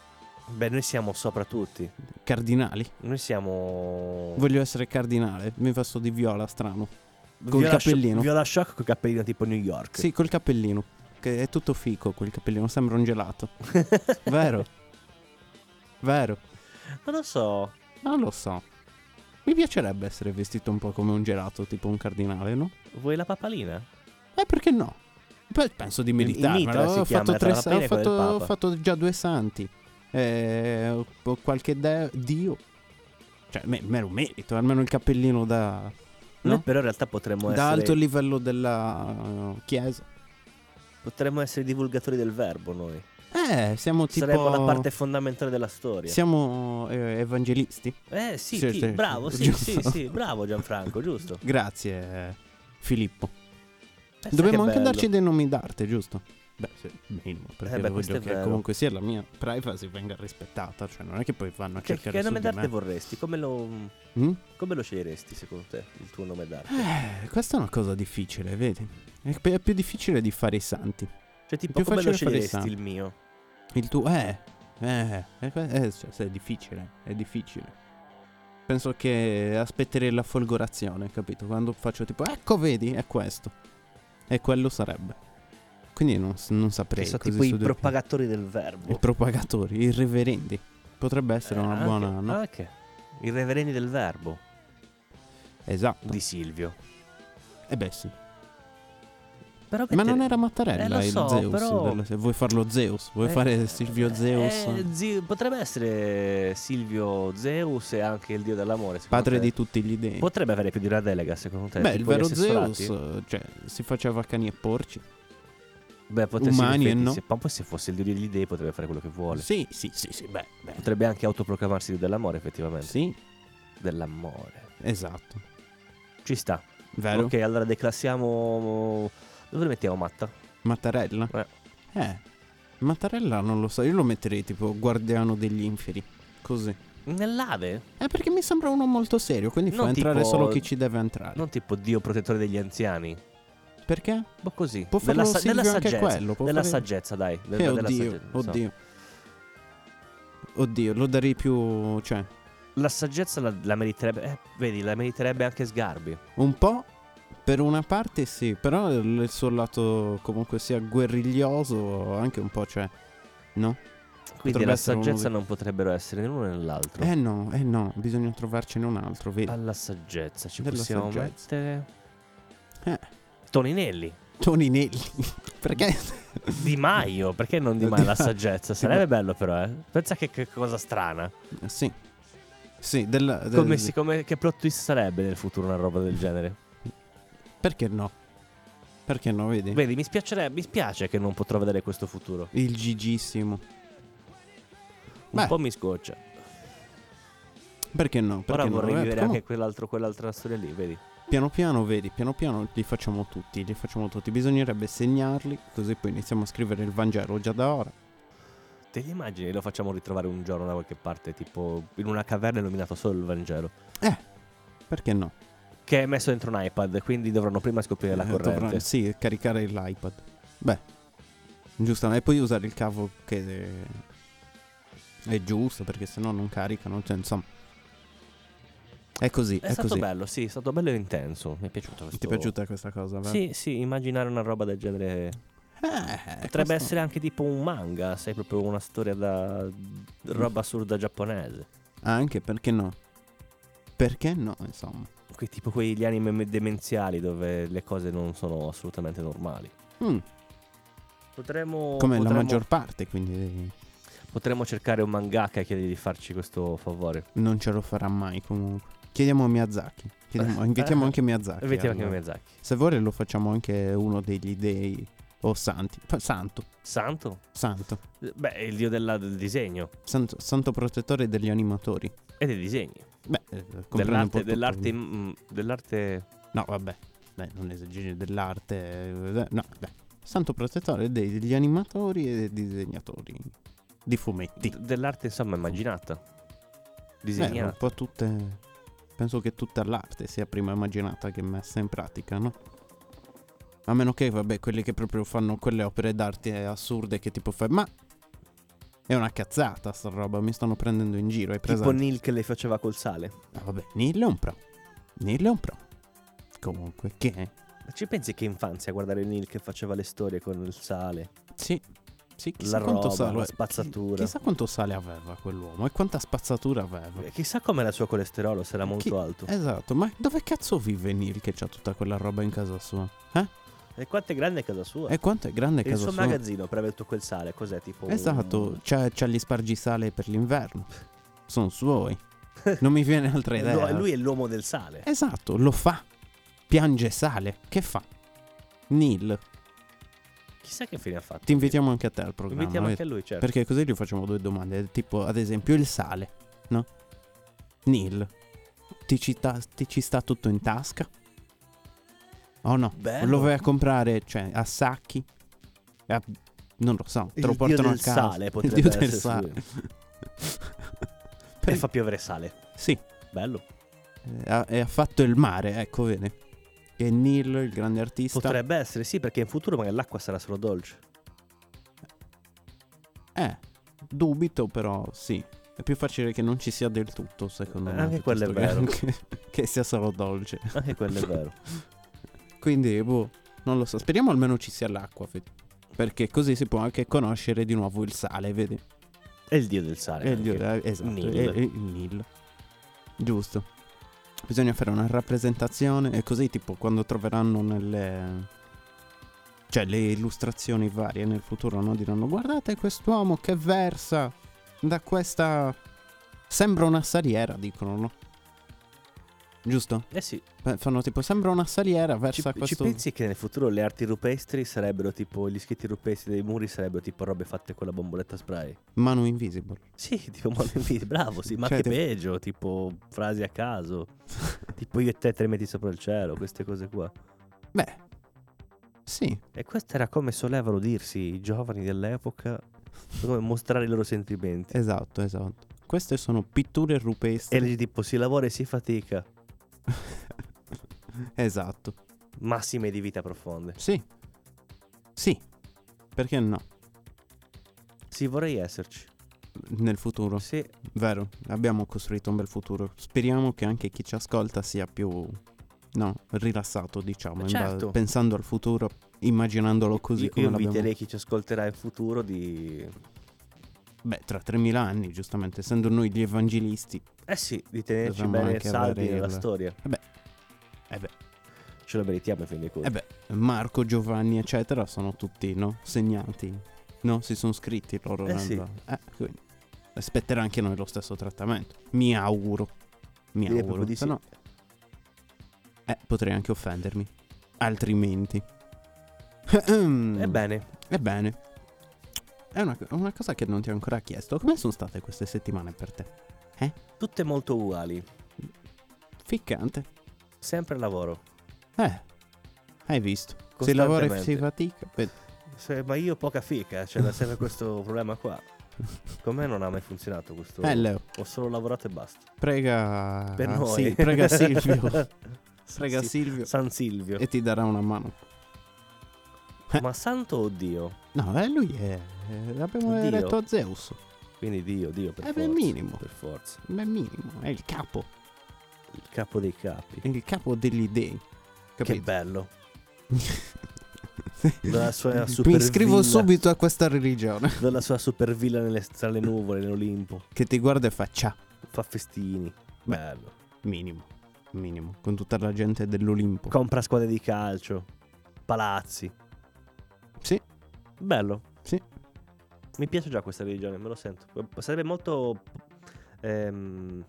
S2: Beh, noi siamo sopra tutti.
S3: cardinali?
S2: Noi siamo...
S3: Voglio essere cardinale, mi fa sto di viola strano. col
S2: Viola Sho-
S3: cappellino.
S2: Viola Shock col cappellino tipo New York. [LAUGHS]
S3: Sì, col cappellino. Che è tutto fico quel cappellino, sembra un gelato.
S2: [LAUGHS]
S3: Vero? Vero?
S2: Non lo so.
S3: Non lo so. Mi piacerebbe essere vestito un po' come un gelato, tipo un cardinale, no?
S2: Vuoi la papalina?
S3: Eh, perché no? Poi penso di
S2: mitra
S3: meritarmelo.
S2: eh, si
S3: Ho
S2: chiama,
S3: fatto,
S2: tra
S3: tre
S2: la
S3: sa-
S2: pena
S3: ho
S2: e quella
S3: fatto-
S2: del
S3: ho
S2: Papa.
S3: fatto già due santi. Eh, ho- ho qualche de- dio. Cioè, me, me lo merito, almeno il cappellino da,
S2: Noi
S3: No.
S2: però in realtà potremmo
S3: da
S2: essere...
S3: alto livello della eh, chiesa.
S2: Potremmo essere divulgatori del verbo noi.
S3: Eh, siamo tipo...
S2: Saremmo la parte fondamentale della storia.
S3: Siamo eh, evangelisti.
S2: Eh sì,
S3: Sì,
S2: chi-
S3: sì,
S2: bravo, sì,
S3: giusto.
S2: sì, sì, bravo Gianfranco, giusto.
S3: Grazie, eh, Filippo.
S2: Pensa
S3: Dobbiamo
S2: Eh, che
S3: anche
S2: bello.
S3: darci dei nomi d'arte, giusto? Beh, sì, minimo, perché
S2: Eh beh, questo
S3: voglio
S2: è
S3: che
S2: vero.
S3: comunque sia la mia privacy venga rispettata, cioè non è che poi vanno a
S2: Che,
S3: cercare
S2: che nome
S3: su di
S2: d'arte vorresti? Come lo,
S3: me. Mm?
S2: come lo sceglieresti secondo te il tuo nome d'arte?
S3: Eh, questa è una cosa difficile, vedi? È pi- è più difficile di fare i santi.
S2: Cioè tipo
S3: più
S2: come lo
S3: facile fare
S2: sceglieresti
S3: sta-
S2: il mio?
S3: Il tuo... Eh, eh, eh, que- eh, cioè, se è difficile, è difficile. Penso che aspetterei la folgorazione, capito? Quando faccio tipo, ecco vedi, è questo. E quello sarebbe. Quindi non, s- non saprei.
S2: Che sono
S3: così
S2: Cioè, tipo
S3: su
S2: i
S3: due piedi.
S2: propagatori del verbo.
S3: I propagatori, i reverendi. Potrebbe essere
S2: Eh,
S3: una
S2: anche-
S3: buona. no?
S2: Anche. I reverendi del verbo
S3: Esatto.
S2: di Silvio.
S3: Eh beh sì.
S2: Però
S3: Ma
S2: mettere-
S3: non era
S2: Eh,
S3: Mattarella
S2: lo
S3: il
S2: so,
S3: Zeus.
S2: però-
S3: della- se Vuoi farlo Zeus? Vuoi
S2: Eh,
S3: fare Silvio Zeus?
S2: eh, zi- potrebbe essere Silvio Zeus e anche il dio dell'amore. secondo
S3: padre
S2: te?
S3: di tutti gli dei.
S2: Potrebbe avere più di una delega, secondo te?
S3: beh, il
S2: Tipo gli
S3: vero
S2: assessorati?
S3: Zeus, eh, cioè, si faceva cani e porci.
S2: Beh, potesse
S3: umani e
S2: infatti,
S3: no.
S2: se- Ma poi se fosse il dio degli dei potrebbe fare quello che vuole.
S3: Sì, sì, sì, sì, beh, beh.
S2: Potrebbe anche autoproclamarsi dio dell'amore, effettivamente.
S3: Sì,
S2: Dell'amore.
S3: esatto.
S2: Ci sta.
S3: Vero?
S2: Ok, allora declassiamo. Dove lo mettiamo Matta?
S3: Mattarella?
S2: Eh.
S3: Eh, Mattarella non lo so, io lo metterei tipo guardiano degli inferi. Così.
S2: Nell'ave?
S3: Eh, perché mi sembra uno molto serio, quindi
S2: Non
S3: fa entrare
S2: tipo-
S3: solo chi ci deve entrare.
S2: Non tipo Dio protettore degli anziani.
S3: Perché?
S2: Ma così.
S3: Può farlo
S2: Della sa-
S3: Silvio
S2: della
S3: anche
S2: saggezza.
S3: quello, può
S2: Della
S3: fare-
S2: saggezza, dai. De-
S3: Eh,
S2: della
S3: oddio,
S2: saggezza, non so.
S3: oddio. Oddio, lo darei più... cioè,
S2: La saggezza la, la meriterebbe. eh, vedi, la meriterebbe anche Sgarbi.
S3: un po'... Per una parte sì, però il il suo lato comunque sia guerriglioso anche un po', cioè... No?
S2: Quindi
S3: Potrebbe
S2: la
S3: essere uno
S2: saggezza
S3: di-
S2: non potrebbero essere né l'uno né l'altro.
S3: Eh no, eh no, bisogna trovarcene un altro, vedi?
S2: Alla saggezza ci
S3: Della
S2: possiamo
S3: saggezza.
S2: mettere.
S3: Eh.
S2: Toninelli. [LAUGHS]
S3: Toninelli. Perché?
S2: Di Maio, perché non Di
S3: Di
S2: Maio la
S3: Maio.
S2: saggezza? Sarebbe bello però, eh. Pensa che, che cosa strana.
S3: Eh, sì. Sì, della, del-
S2: Come si- come- che plot twist sarebbe nel futuro una roba del genere?
S3: Perché no? Perché no, vedi?
S2: Vedi, mi spiacerebbe, mi spiace che non potrò vedere questo futuro.
S3: Il gigissimo.
S2: Un
S3: Beh.
S2: po' mi scoccia.
S3: Perché no? Perché
S2: Ora
S3: no?
S2: vorrei
S3: Eh,
S2: vivere
S3: comunque-
S2: anche quell'altro, quell'altra storia lì, vedi?
S3: Piano piano, vedi, piano piano li facciamo tutti, li facciamo tutti. Bisognerebbe segnarli, così poi iniziamo a scrivere il Vangelo già da ora.
S2: Te li immagini? Lo facciamo ritrovare un giorno da qualche parte, tipo in una caverna illuminato solo il Vangelo.
S3: Eh, Perché no?
S2: Che è messo dentro un iPad, quindi dovranno prima scoprire la
S3: Eh, dovrà-
S2: corrente.
S3: sì, caricare l'iPad. Beh, giusto, e poi usare il cavo che è, è giusto, perché sennò non caricano, cioè insomma. È così,
S2: È,
S3: è,
S2: stato
S3: così.
S2: bello, sì, è stato bello e intenso. Mi è piaciuto questo.
S3: Ti è piaciuta questa cosa, vero?
S2: Sì, sì, immaginare una roba del genere.
S3: Eh,
S2: Potrebbe
S3: questo-
S2: essere anche tipo un manga, sai, proprio una storia da roba assurda giapponese.
S3: Anche perché no? Perché no, insomma.
S2: Que- tipo quegli anime me- demenziali dove le cose non sono assolutamente normali.
S3: Mm,
S2: Potremmo,
S3: come la
S2: potremmo-
S3: maggior parte, quindi
S2: potremmo cercare un mangaka e chiedergli di farci questo favore.
S3: Non ce lo farà mai comunque. Chiediamo a Miyazaki.
S2: [LAUGHS]
S3: Chiediamo-
S2: Eh.
S3: invitiamo anche
S2: E
S3: Miyazaki.
S2: mettiamo anche
S3: allora.
S2: Miyazaki.
S3: Se vuole lo facciamo anche uno degli dei o santi. Fa- Santo,
S2: Santo?
S3: santo.
S2: Beh, è il dio della- del disegno
S3: Santo, santo protettore degli animatori.
S2: e dei disegni.
S3: Beh, eh, comprende un po'
S2: Dell'arte,
S3: tutto.
S2: dell'arte, mm, dell'arte-
S3: No, vabbè. Dai, non esageri dell'arte. eh, No, dai. Santo protettore dei- degli animatori e dei disegnatori di fumetti.
S2: dell'arte, insomma, immaginata.
S3: Beh, Eh, un
S2: Disegnata.
S3: po' tutte Penso che tutta l'arte sia prima immaginata che messa in pratica, no? A meno che, vabbè, quelli che proprio fanno quelle opere d'arte assurde che tipo fai... Ma è una cazzata sta roba, mi stanno prendendo in giro, hai preso...
S2: Tipo Neil che le faceva col sale.
S3: Ah, vabbè, Neil è un pro. Neil è un pro. Comunque, che è?
S2: Ma Ci pensi che infanzia guardare Neil che faceva le storie con il sale?
S3: Sì, sì, chissà
S2: La
S3: quanto
S2: roba,
S3: sale...
S2: la spazzatura.
S3: chi- Chissà quanto sale aveva quell'uomo e quanta spazzatura aveva.
S2: Eh, Chissà com'era il suo colesterolo, se era molto
S3: Eh, Chi-
S2: alto.
S3: Esatto, ma dove cazzo vive Neil che c'ha tutta quella roba in casa sua? Eh?
S2: E quanto è grande casa sua?
S3: E quanto Eh, è grande
S2: E il
S3: casa
S2: suo
S3: sua?
S2: magazzino per aver tutto quel sale, cos'è tipo? un-
S3: Esatto, c'ha, c'ha gli spargisale per l'inverno. Sono suoi. Non mi viene altra
S2: Eh,
S3: idea.
S2: [LAUGHS] no, lui è l'uomo del sale.
S3: Esatto, lo fa. Piange sale. Che fa? Neil,
S2: Chissà che fine ha fatto.
S3: ti invitiamo anche a te al programma.
S2: Invitiamo
S3: vedi?
S2: anche a lui, certo.
S3: Perché così gli facciamo due domande. Tipo, ad esempio, il sale, no? Neil, ti ci, ta- ti ci sta tutto in tasca? Oh no,
S2: Bello.
S3: lo vai a comprare, cioè, a sacchi? A- non lo so, te
S2: Il
S3: lo
S2: dio
S3: portano
S2: del
S3: a casa.
S2: sale potrebbe
S3: il dio del
S2: essere
S3: sale.
S2: E
S3: Per-
S2: Eh, fa piovere sale.
S3: Sì,
S2: Bello.
S3: eh, ha, e ha fatto il mare, ecco, vedi. E Neil, il grande artista,
S2: Potrebbe essere, sì, perché in futuro magari l'acqua sarà solo
S3: [LAUGHS]
S2: dolce.
S3: eh, dubito però, sì. È più facile che non ci sia del tutto, secondo
S2: Eh,
S3: me.
S2: anche quello è
S3: piuttosto che- [LAUGHS] che sia solo dolce.
S2: Anche Eh, quello è vero.
S3: Quindi, boh, non lo so. Speriamo almeno ci sia l'acqua, Fede. Perché così si può anche conoscere di nuovo il sale, vedi?
S2: È il dio del sale.
S3: È il dio-
S2: anche.
S3: eh, esatto,
S2: Nil.
S3: è- è il Nil. Giusto. Bisogna fare una rappresentazione e così tipo quando troveranno nelle... Cioè le illustrazioni varie nel futuro, no? Diranno guardate quest'uomo che versa da questa... Sembra una saliera, dicono, no? Giusto?
S2: Eh sì,
S3: Beh, Fanno tipo sembra una saliera,
S2: ci,
S3: versa
S2: ci
S3: questo...
S2: pensi che nel futuro le arti rupestri sarebbero tipo, gli scritti rupestri dei muri sarebbero tipo robe fatte con la bomboletta spray?
S3: Manu Invisible.
S2: Sì, [LAUGHS] tipo Molly Field, bravo, sì, ma
S3: Cioè,
S2: che
S3: tipo-
S2: peggio, tipo frasi a
S3: [LAUGHS]
S2: caso, tipo io e te te le metti sopra il cielo, queste cose qua.
S3: Beh, sì,
S2: E questo era come solevano dirsi i giovani dell'epoca, come mostrare i loro sentimenti.
S3: esatto, esatto. Queste sono pitture rupestri.
S2: E lì tipo si lavora e si fatica,
S3: [LAUGHS] esatto,
S2: massime di vita profonde.
S3: sì. Sì, perché no?
S2: Sì, vorrei esserci.
S3: Nel futuro,
S2: Sì,
S3: vero, abbiamo costruito un bel futuro. Speriamo che anche chi ci ascolta sia più, no, rilassato, diciamo, in base-
S2: Certo.
S3: pensando al futuro, immaginandolo così
S2: io,
S3: come
S2: io
S3: l'abbiamo...
S2: inviterei chi ci ascolterà in futuro di...
S3: Beh, tra 3000 anni, giustamente, essendo noi gli evangelisti.
S2: Eh sì, di tenerci
S3: Dovremmo
S2: bene
S3: anche
S2: salvi
S3: avere
S2: nella
S3: il-
S2: storia.
S3: Eh beh,
S2: Ce lo meritiamo in fin dei conti.
S3: Eh beh, Marco, Giovanni, eccetera, sono tutti, no? Segnati. No, si sono scritti loro.
S2: Eh
S3: nel-
S2: sì.
S3: Eh, quindi aspetterà anche noi lo stesso trattamento. Mi auguro. Mi
S2: Direi proprio
S3: auguro.
S2: di
S3: se
S2: sì.
S3: no- eh, potrei anche offendermi. Altrimenti. mm.
S2: Ebbene,
S3: [CLEARS THROAT] Ebbene. È una, una cosa che non ti ho ancora chiesto. Come sono state queste settimane per te?
S2: tutte molto uguali,
S3: Ficcante.
S2: sempre lavoro.
S3: Eh. Hai visto. Si lavora e si
S2: Costantemente.
S3: fatica. Beh,
S2: Se- ma io poca fica, c'era
S3: [LAUGHS]
S2: sempre questo problema qua. Con me non ha mai funzionato questo.
S3: eh, Leo.
S2: Ho solo lavorato e basta.
S3: Prega
S2: Oh. Per noi.
S3: Sì,
S2: [LAUGHS]
S3: prega Silvio. prega
S2: Prega
S3: Silvio Eh,
S2: San Silvio.
S3: e ti darà una mano. eh.
S2: Ma santo o Dio?
S3: No, eh, lui è. eh, Abbiamo
S2: Dio.
S3: detto a Zeus.
S2: Quindi Dio, Dio per
S3: Eh, beh,
S2: forza.
S3: minimo.
S2: Per forza.
S3: Ma è minimo, è il capo.
S2: Il capo dei capi.
S3: È il capo degli dei.
S2: Che
S3: Capito? [LAUGHS]
S2: bello. Dalla sua super
S3: Mi iscrivo
S2: villa,
S3: subito a questa religione. [LAUGHS]
S2: Dalla sua super villa nelle, tra le nuvole, nell'Olimpo.
S3: Che ti guarda e fa ciao.
S2: Fa festini. Bello.
S3: Minimo. Minimo. Con tutta la gente dell'Olimpo.
S2: Compra squadre di calcio. Palazzi.
S3: sì,
S2: Bello.
S3: sì.
S2: Mi piace già questa religione, me lo sento. Sarebbe molto ehm,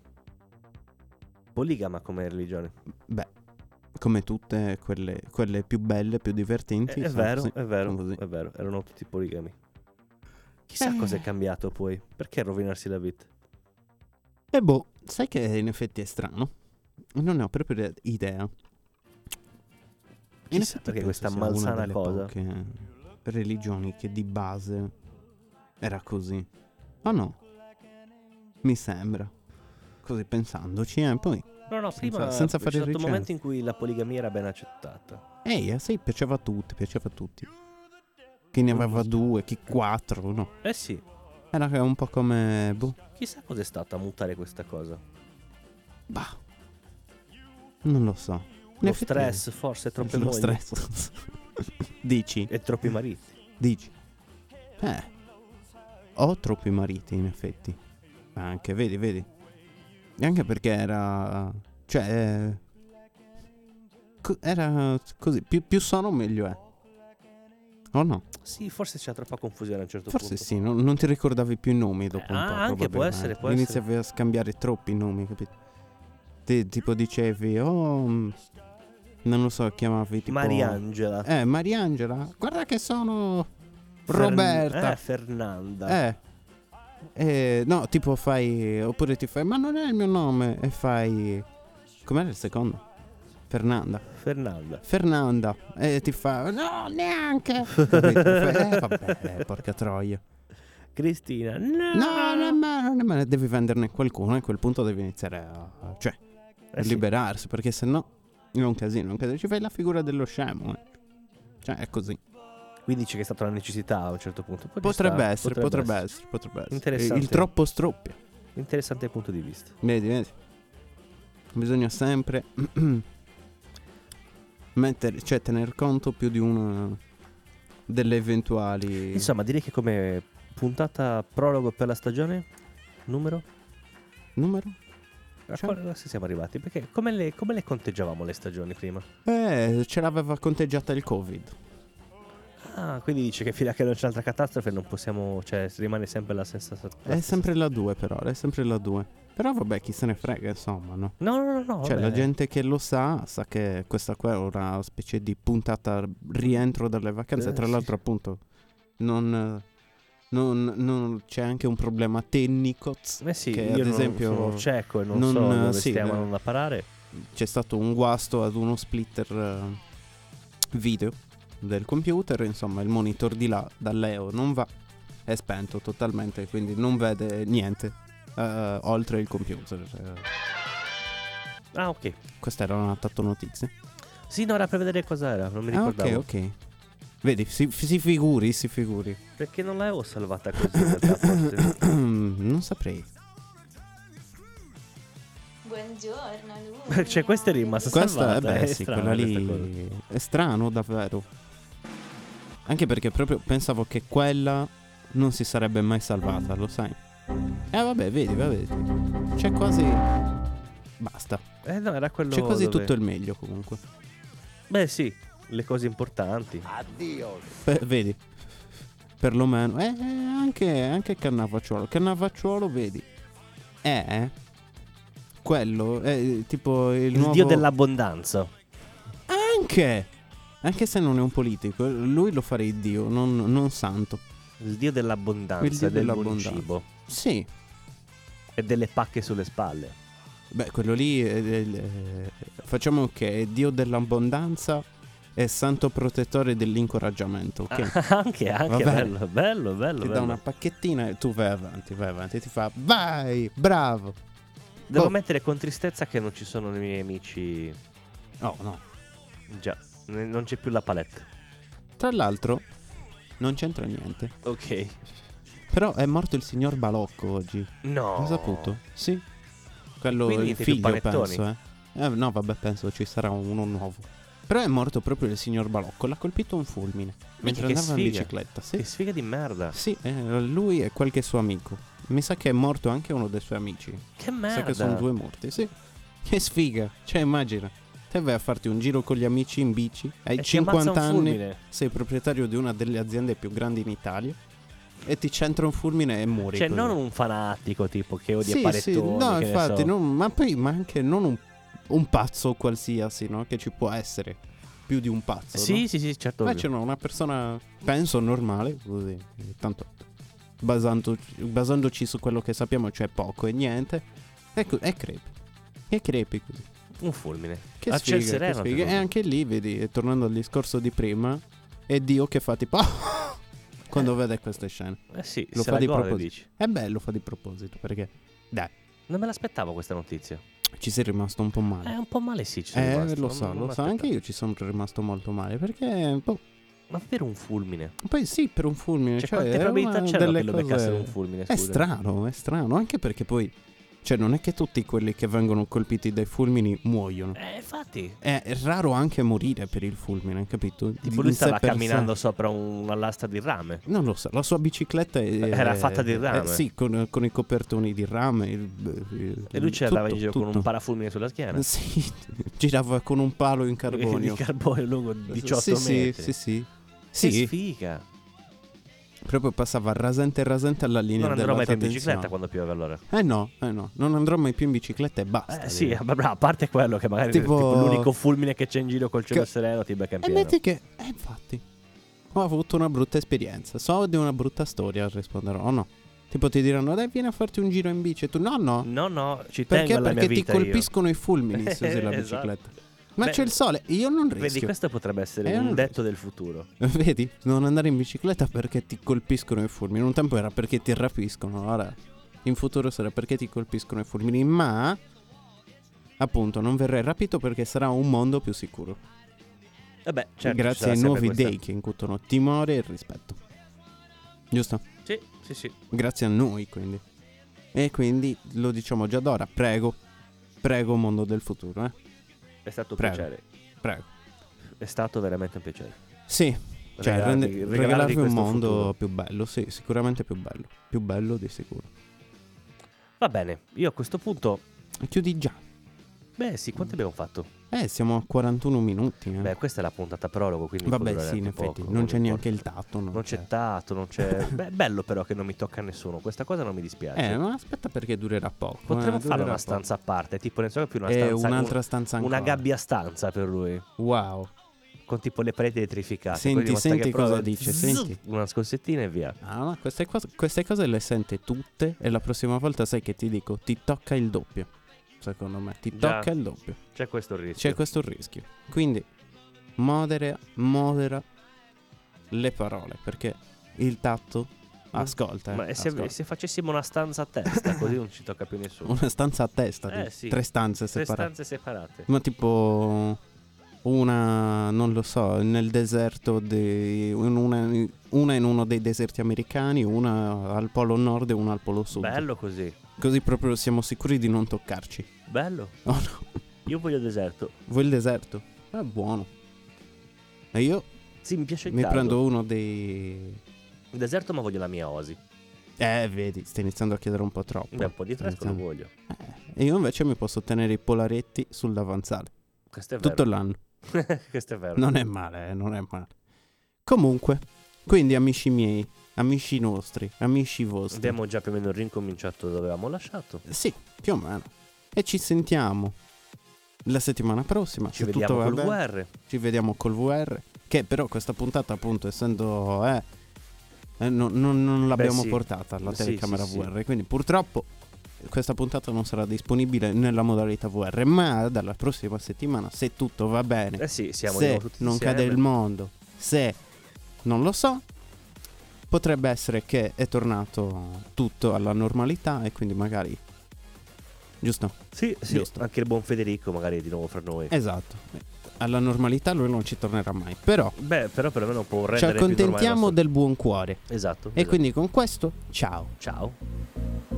S2: poligama come religione.
S3: Beh, come tutte quelle, quelle più belle, più
S2: È,
S3: divertenti.
S2: è
S3: sono-
S2: vero,
S3: sì,
S2: è
S3: sono
S2: vero,
S3: così.
S2: è vero, erano tutti poligami. Chissà
S3: Eh.
S2: cosa è cambiato poi. Perché rovinarsi la vita?
S3: E boh, sai che in effetti è strano? Non ne ho proprio ide- idea.
S2: Chissà perché
S3: penso
S2: questa
S3: sia una
S2: malsana
S3: delle
S2: cosa.
S3: poche religioni che di base era così. O no? Mi sembra. Così pensandoci, eh, poi
S2: No, no, prima
S3: Senza- senza fare
S2: c'è stato un
S3: ricerca.
S2: momento in cui la poligamia era ben accettata.
S3: Ehi, eh, sì, piaceva a tutti, piaceva a tutti. Chi ne aveva due, chi quattro, no.
S2: Eh sì,
S3: Era un po' come... Boh,
S2: chissà cos'è stata a mutare questa cosa.
S3: bah. Non lo so. In
S2: Lo
S3: effetti-
S2: stress, forse troppe
S3: Lo
S2: mogli
S3: stress. [LAUGHS] dici,
S2: e troppi mariti.
S3: dici. Eh. Ho troppi mariti, in effetti. Ma anche, vedi, vedi. E Anche perché era... Cioè... eh, co- Era così. Più, più sono, meglio è. Oh no.
S2: Sì, forse c'è troppa confusione a un certo
S3: Forse
S2: punto.
S3: sì, non, non ti ricordavi più i nomi dopo un
S2: Ah,
S3: po'.
S2: anche, può
S3: probabilmente.
S2: essere, può
S3: Iniziavi a scambiare troppi nomi, capito? Ti- tipo dicevi, oh... mm, Non lo so, chiamavi tipo...
S2: Mariangela.
S3: Eh, Mariangela. Guarda che sono...
S2: Fer-
S3: Roberta.
S2: eh, Fernanda.
S3: Eh. Eh, no, tipo fai... Oppure ti fai, ma non è il mio nome. E fai... Com'era il secondo? Fernanda.
S2: Fernanda.
S3: Fernanda. E ti fa...
S2: [LAUGHS]
S3: No, neanche. Capito? Fai, eh, vabbè, porca troia.
S2: Cristina. No,
S3: No, nemmeno, nemmeno. Devi venderne qualcuno. A quel punto devi iniziare a. cioè,
S2: Eh sì.
S3: liberarsi. Perché sennò. È un casino, è un casino. Ci fai la figura dello scemo. eh. Cioè, è così.
S2: Quindi c'è che è stata una necessità a un certo punto. Può
S3: Potrebbe
S2: stare,
S3: essere, potrebbe essere, potrebbe essere.
S2: Interessante.
S3: Il troppo stroppia.
S2: Interessante punto di vista.
S3: Vedi, vedi. Bisogna sempre. [CLEARS THROAT] mettere. cioè, tener conto più di una. delle eventuali.
S2: Insomma, direi che come puntata prologo per la stagione numero
S3: numero?
S2: a
S3: Ciao.
S2: quale se siamo arrivati? Perché come le, come le conteggiavamo le stagioni prima?
S3: Eh, ce l'aveva conteggiata il Covid.
S2: Ah, quindi dice che fino a che non c'è un'altra catastrofe non possiamo, cioè rimane sempre la stessa la
S3: È
S2: stessa-
S3: sempre la 2 però, è sempre la 2. Però vabbè, chi se ne frega, insomma, no?
S2: No, no, no, no.
S3: Cioè,
S2: vabbè.
S3: la gente che lo sa, sa che questa qua è una specie di puntata rientro dalle vacanze.
S2: Eh,
S3: Tra
S2: sì,
S3: l'altro, appunto, non, non- non- c'è anche un problema tecnico. tz.
S2: Eh sì,
S3: che,
S2: io
S3: ad
S2: non-
S3: esempio,
S2: sono cieco e non,
S3: non-
S2: so dove
S3: sì,
S2: stiamo
S3: eh.
S2: andando a parare.
S3: C'è stato un guasto ad uno splitter eh, video del computer. Insomma, il monitor di là, da Leo, non va. È spento totalmente, quindi non vede niente eh, oltre il computer. Eh,
S2: Ah, ok.
S3: Questa era una tatto notizia.
S2: Sì, no, era per vedere cosa era, non mi
S3: Ah,
S2: ricordavo.
S3: ok, ok. Vedi, si, si figuri, si figuri.
S2: Perché non l'avevo salvata così in realtà,
S3: [COUGHS]
S2: forse.
S3: non saprei.
S4: Buongiorno Luca.
S2: Perché cioè, questa è rimasta
S3: Questa, eh
S2: salvata.
S3: beh,
S2: è
S3: sì,
S2: strana
S3: quella
S2: questa cosa.
S3: lì è strano davvero. Anche perché proprio pensavo che quella non si sarebbe mai salvata, lo sai. Eh vabbè, vedi, vabbè. C'è quasi basta.
S2: Eh no, era quello
S3: C'è quasi
S2: dove-
S3: tutto il meglio comunque.
S2: Beh, sì, le cose importanti.
S3: Ah, Beh, vedi. Perlomeno eh, eh, anche anche Cannavacciuolo. Cannavacciuolo, vedi. È quello è tipo il,
S2: Il
S3: nuovo
S2: dio dell'abbondanza.
S3: Anche! Anche se non è un politico, lui lo farei Dio, non, non santo.
S2: Il dio dell'abbondanza,
S3: Il dio
S2: del buon
S3: dell'abbondanza.
S2: cibo
S3: Sì,
S2: e delle pacche sulle spalle.
S3: beh, quello lì. eh, è- è- è- facciamo che è Dio dell'abbondanza e santo protettore dell'incoraggiamento,
S2: [LAUGHS]
S3: ok?
S2: anche, anche,
S3: Va bene.
S2: bello, bello, Ah, bello.
S3: Ti dà
S2: bello.
S3: una pacchettina e tu vai avanti, vai avanti, ti fa vai, bravo.
S2: Devo
S3: boh.
S2: ammettere con tristezza che non ci sono i miei amici.
S3: Oh no.
S2: Già, ne- non c'è più la palette.
S3: Tra l'altro, non c'entra niente.
S2: Ok.
S3: Però è morto il signor Balocco oggi.
S2: No.
S3: L'ho saputo? Sì.
S2: Oh.
S3: Quello
S2: Quindi
S3: il
S2: niente più
S3: figlio,
S2: panettoni.
S3: penso, eh. Eh, No, vabbè, penso ci sarà uno nuovo. Però è morto proprio il signor Balocco, l'ha colpito un fulmine. Mentre
S2: che
S3: andava in
S2: sfiga.
S3: bicicletta, sì.
S2: Che sfiga di merda.
S3: Sì, eh, lui e qualche suo amico. Mi sa che è morto anche uno dei suoi amici.
S2: Che
S3: Mi sa
S2: merda.
S3: che sono due morti, sì. Che sfiga, cioè immagina. Te vai a farti un giro con gli amici in bici, hai
S2: E ti ammazza
S3: 50
S2: un
S3: anni,
S2: fulmine.
S3: sei proprietario di una delle aziende più grandi in Italia e ti c'entra un fulmine e muori.
S2: Cioè,
S3: così.
S2: non un fanatico tipo che odia
S3: Sì, sì,
S2: panettoni. che
S3: no,
S2: ne
S3: infatti,
S2: so.
S3: non- ma poi ma anche non un, un pazzo qualsiasi, no? Che ci può essere più di un pazzo.
S2: Sì,
S3: no?
S2: sì, sì, certo.
S3: ma
S2: ovvio.
S3: c'è una persona, penso, normale, così, tanto basando- basandoci su quello che sappiamo, cioè poco e niente, è, co- è creepy. È creepy così.
S2: Un fulmine.
S3: Che
S2: A ciel
S3: sfiga, che
S2: Ah, sereno.
S3: sfiga.
S2: tra
S3: E
S2: l'altro.
S3: anche lì, vedi, e tornando al discorso di prima, è Dio che fa tipo... [LAUGHS] quando vede queste scene.
S2: Eh sì,
S3: Lo
S2: se
S3: fa
S2: la
S3: di
S2: gode,
S3: proposito.
S2: dici.
S3: E beh, lo fa di proposito, perché... Dai.
S2: Non me l'aspettavo questa notizia.
S3: Ci sei rimasto un po'
S2: È
S3: male.
S2: un po' male sì, ci sono
S3: Eh,
S2: rimasto,
S3: lo
S2: non-
S3: so,
S2: non
S3: lo so,
S2: l'aspettavo.
S3: anche io ci sono rimasto molto male perché boh,
S2: Ma per un fulmine.
S3: poi sì, per un fulmine,
S2: Cioè,
S3: cioè,
S2: quante
S3: è
S2: probabilità
S3: una
S2: c'erano
S3: delle
S2: che lo
S3: cose-
S2: beccassero un fulmine?
S3: È
S2: scusa?
S3: strano, è strano, anche perché poi cioè non è che tutti quelli che vengono colpiti dai fulmini muoiono.
S2: Eh, infatti.
S3: È raro anche morire per il fulmine, capito?
S2: Tipo
S3: Di
S2: lui
S3: sé
S2: stava
S3: per sé.
S2: camminando sopra un- una lastra di rame.
S3: Non lo so, la sua bicicletta è-
S2: Era fatta di
S3: eh,
S2: rame.
S3: sì, con, con i copertoni di rame. il- il-
S2: E lui ce l'aveva in
S3: tutto,
S2: giro con
S3: tutto.
S2: un parafulmine sulla [LAUGHS] schiena.
S3: [LAUGHS] Sì, girava con un palo in carbonio.
S2: Di carbonio lungo 18
S3: sì,
S2: metri.
S3: Sì, sì, sì.
S2: Che
S3: Sì,
S2: sfiga.
S3: proprio passava rasente rasente alla linea
S2: Non andrò mai
S3: dell'alta
S2: più in bicicletta
S3: tensione.
S2: quando piove allora.
S3: Eh no, eh no, non andrò mai più in bicicletta e basta.
S2: Eh, sì,
S3: direi.
S2: vabbè, a parte quello che magari
S3: Tipo-
S2: tipo... l'unico fulmine che c'è in giro col cielo
S3: Che-
S2: sereno ti becca in
S3: E
S2: pieno.
S3: metti che, eh, infatti, ho avuto una brutta esperienza. So di una brutta storia, risponderò, o no? Tipo ti diranno, dai, vieni a farti un giro in bici. E tu, no, no.
S2: No, no, ci
S3: Perché?
S2: Mm, tengo alla
S3: Perché
S2: mia
S3: ti
S2: vita
S3: colpiscono
S2: [LAUGHS]
S3: i fulmini se usi la
S2: Esatto.
S3: bicicletta. Ma
S2: Beh,
S3: c'è il sole, io non
S2: io. Vedi,
S3: rischio.
S2: questo potrebbe essere
S3: Eh, io
S2: un
S3: non
S2: detto del futuro.
S3: [LAUGHS] Vedi? Non andare in bicicletta perché ti colpiscono i fulmini. Un tempo era perché ti rapiscono, ora in futuro sarà perché ti colpiscono i fulmini. Ma, appunto, non verrai rapito perché sarà un mondo più sicuro.
S2: Vabbè, certo, ci
S3: Grazie
S2: sarà
S3: ai
S2: sempre
S3: nuovi
S2: questa-
S3: dei che incutono timore e rispetto. Giusto?
S2: Sì, sì, sì.
S3: Grazie a noi, quindi. E quindi lo diciamo già da ora. Prego. Prego, mondo del futuro, eh.
S2: È stato un
S3: Prego.
S2: piacere.
S3: Prego.
S2: È stato veramente un piacere.
S3: Sì, cioè
S2: Regalarvi-
S3: rende-
S2: regalarvi
S3: regalarvi un
S2: questo
S3: mondo
S2: futuro.
S3: più bello, sì, sicuramente più bello. Più bello di sicuro.
S2: Va bene, io a questo punto.
S3: Chiudi già.
S2: Beh, sì, quanto abbiamo fatto?
S3: Eh, siamo a 41 minuti. eh.
S2: Beh, questa è la puntata prologo, quindi. può
S3: Vabbè,
S2: durare
S3: sì, in
S2: anche
S3: effetti,
S2: poco,
S3: non c'è neanche
S2: importa.
S3: il tatto. cioè. Non,
S2: Non c'è tatto, non
S3: [LAUGHS]
S2: c'è. Beh, bello però che non mi tocca a nessuno. Questa cosa non mi dispiace.
S3: Eh, ma aspetta perché durerà poco.
S2: Potremmo fare
S3: eh, durerà
S2: una
S3: poco.
S2: stanza a parte, tipo ne so più una
S3: Eh,
S2: stanza.
S3: un'altra stanza
S2: un-
S3: ancora.
S2: una gabbia stanza per lui.
S3: Wow.
S2: Con tipo le pareti elettrificate.
S3: Senti,
S2: quindi una volta
S3: senti
S2: che prova-
S3: cosa dice,
S2: zzz,
S3: senti.
S2: Una scossettina e via.
S3: Ah, ma queste cose, queste cose le sente tutte e la prossima volta sai che ti dico, ti tocca il doppio. Secondo me, ti
S2: Già.
S3: tocca il doppio.
S2: C'è questo rischio.
S3: C'è questo rischio. Quindi, modera, modera le parole, perché il tatto ascolta. eh,
S2: Ma e se,
S3: ascolta.
S2: e se facessimo una stanza a testa, così non ci tocca più nessuno.
S3: Una stanza a testa,
S2: Eh,
S3: di-
S2: sì.
S3: tre stanze
S2: Tre
S3: separate.
S2: stanze separate.
S3: Ma tipo una, non lo so, nel deserto, di, in una, una in uno dei deserti americani, una al polo nord e una al polo sud.
S2: Bello così.
S3: Così proprio siamo sicuri di non toccarci. [LAUGHS]
S2: Bello.
S3: Oh no,
S2: Io voglio deserto.
S3: vuoi il deserto? È buono. E io
S2: Sì, mi piace il
S3: mi
S2: caldo.
S3: prendo uno dei...
S2: Il deserto, ma voglio la mia osi.
S3: Eh, vedi, stai iniziando a chiedere un po' troppo.
S2: Beh, un po' di
S3: Stai
S2: fresco lo
S3: iniziando-
S2: voglio.
S3: Eh, E io invece mi posso tenere i polaretti sull'avanzale.
S2: Questo è vero.
S3: Tutto l'anno.
S2: [LAUGHS] Questo è vero.
S3: Non è male, eh, non è male. Comunque, quindi amici miei, amici nostri, amici vostri.
S2: Abbiamo già più o meno rincominciato dove avevamo lasciato.
S3: Sì, più o meno. E ci sentiamo la settimana prossima.
S2: Ci
S3: se tutto
S2: vediamo
S3: va
S2: col
S3: bene.
S2: VR.
S3: Ci vediamo col VR. Che però questa puntata, appunto, essendo... Eh, eh, no- non, non l'abbiamo
S2: sì.
S3: portata alla
S2: Sì,
S3: telecamera
S2: sì, sì.
S3: VR. Quindi purtroppo questa puntata non sarà disponibile nella modalità VR. Ma dalla prossima settimana, se tutto va bene,
S2: Eh sì, siamo di
S3: se
S2: nuovo tutti
S3: non
S2: insieme.
S3: cade il mondo, se non lo so, potrebbe essere che è tornato tutto alla normalità e quindi magari... Giusto?
S2: Sì, sì.
S3: Giusto.
S2: Anche il buon Federico magari è di nuovo fra noi.
S3: Esatto. Alla normalità lui non ci tornerà mai. Però
S2: Beh, però perlomeno può
S3: ci
S2: rendere più normale il
S3: accontentiamo
S2: nostro-
S3: del buon cuore.
S2: Esatto.
S3: E
S2: esatto.
S3: quindi con questo, ciao.
S2: Ciao.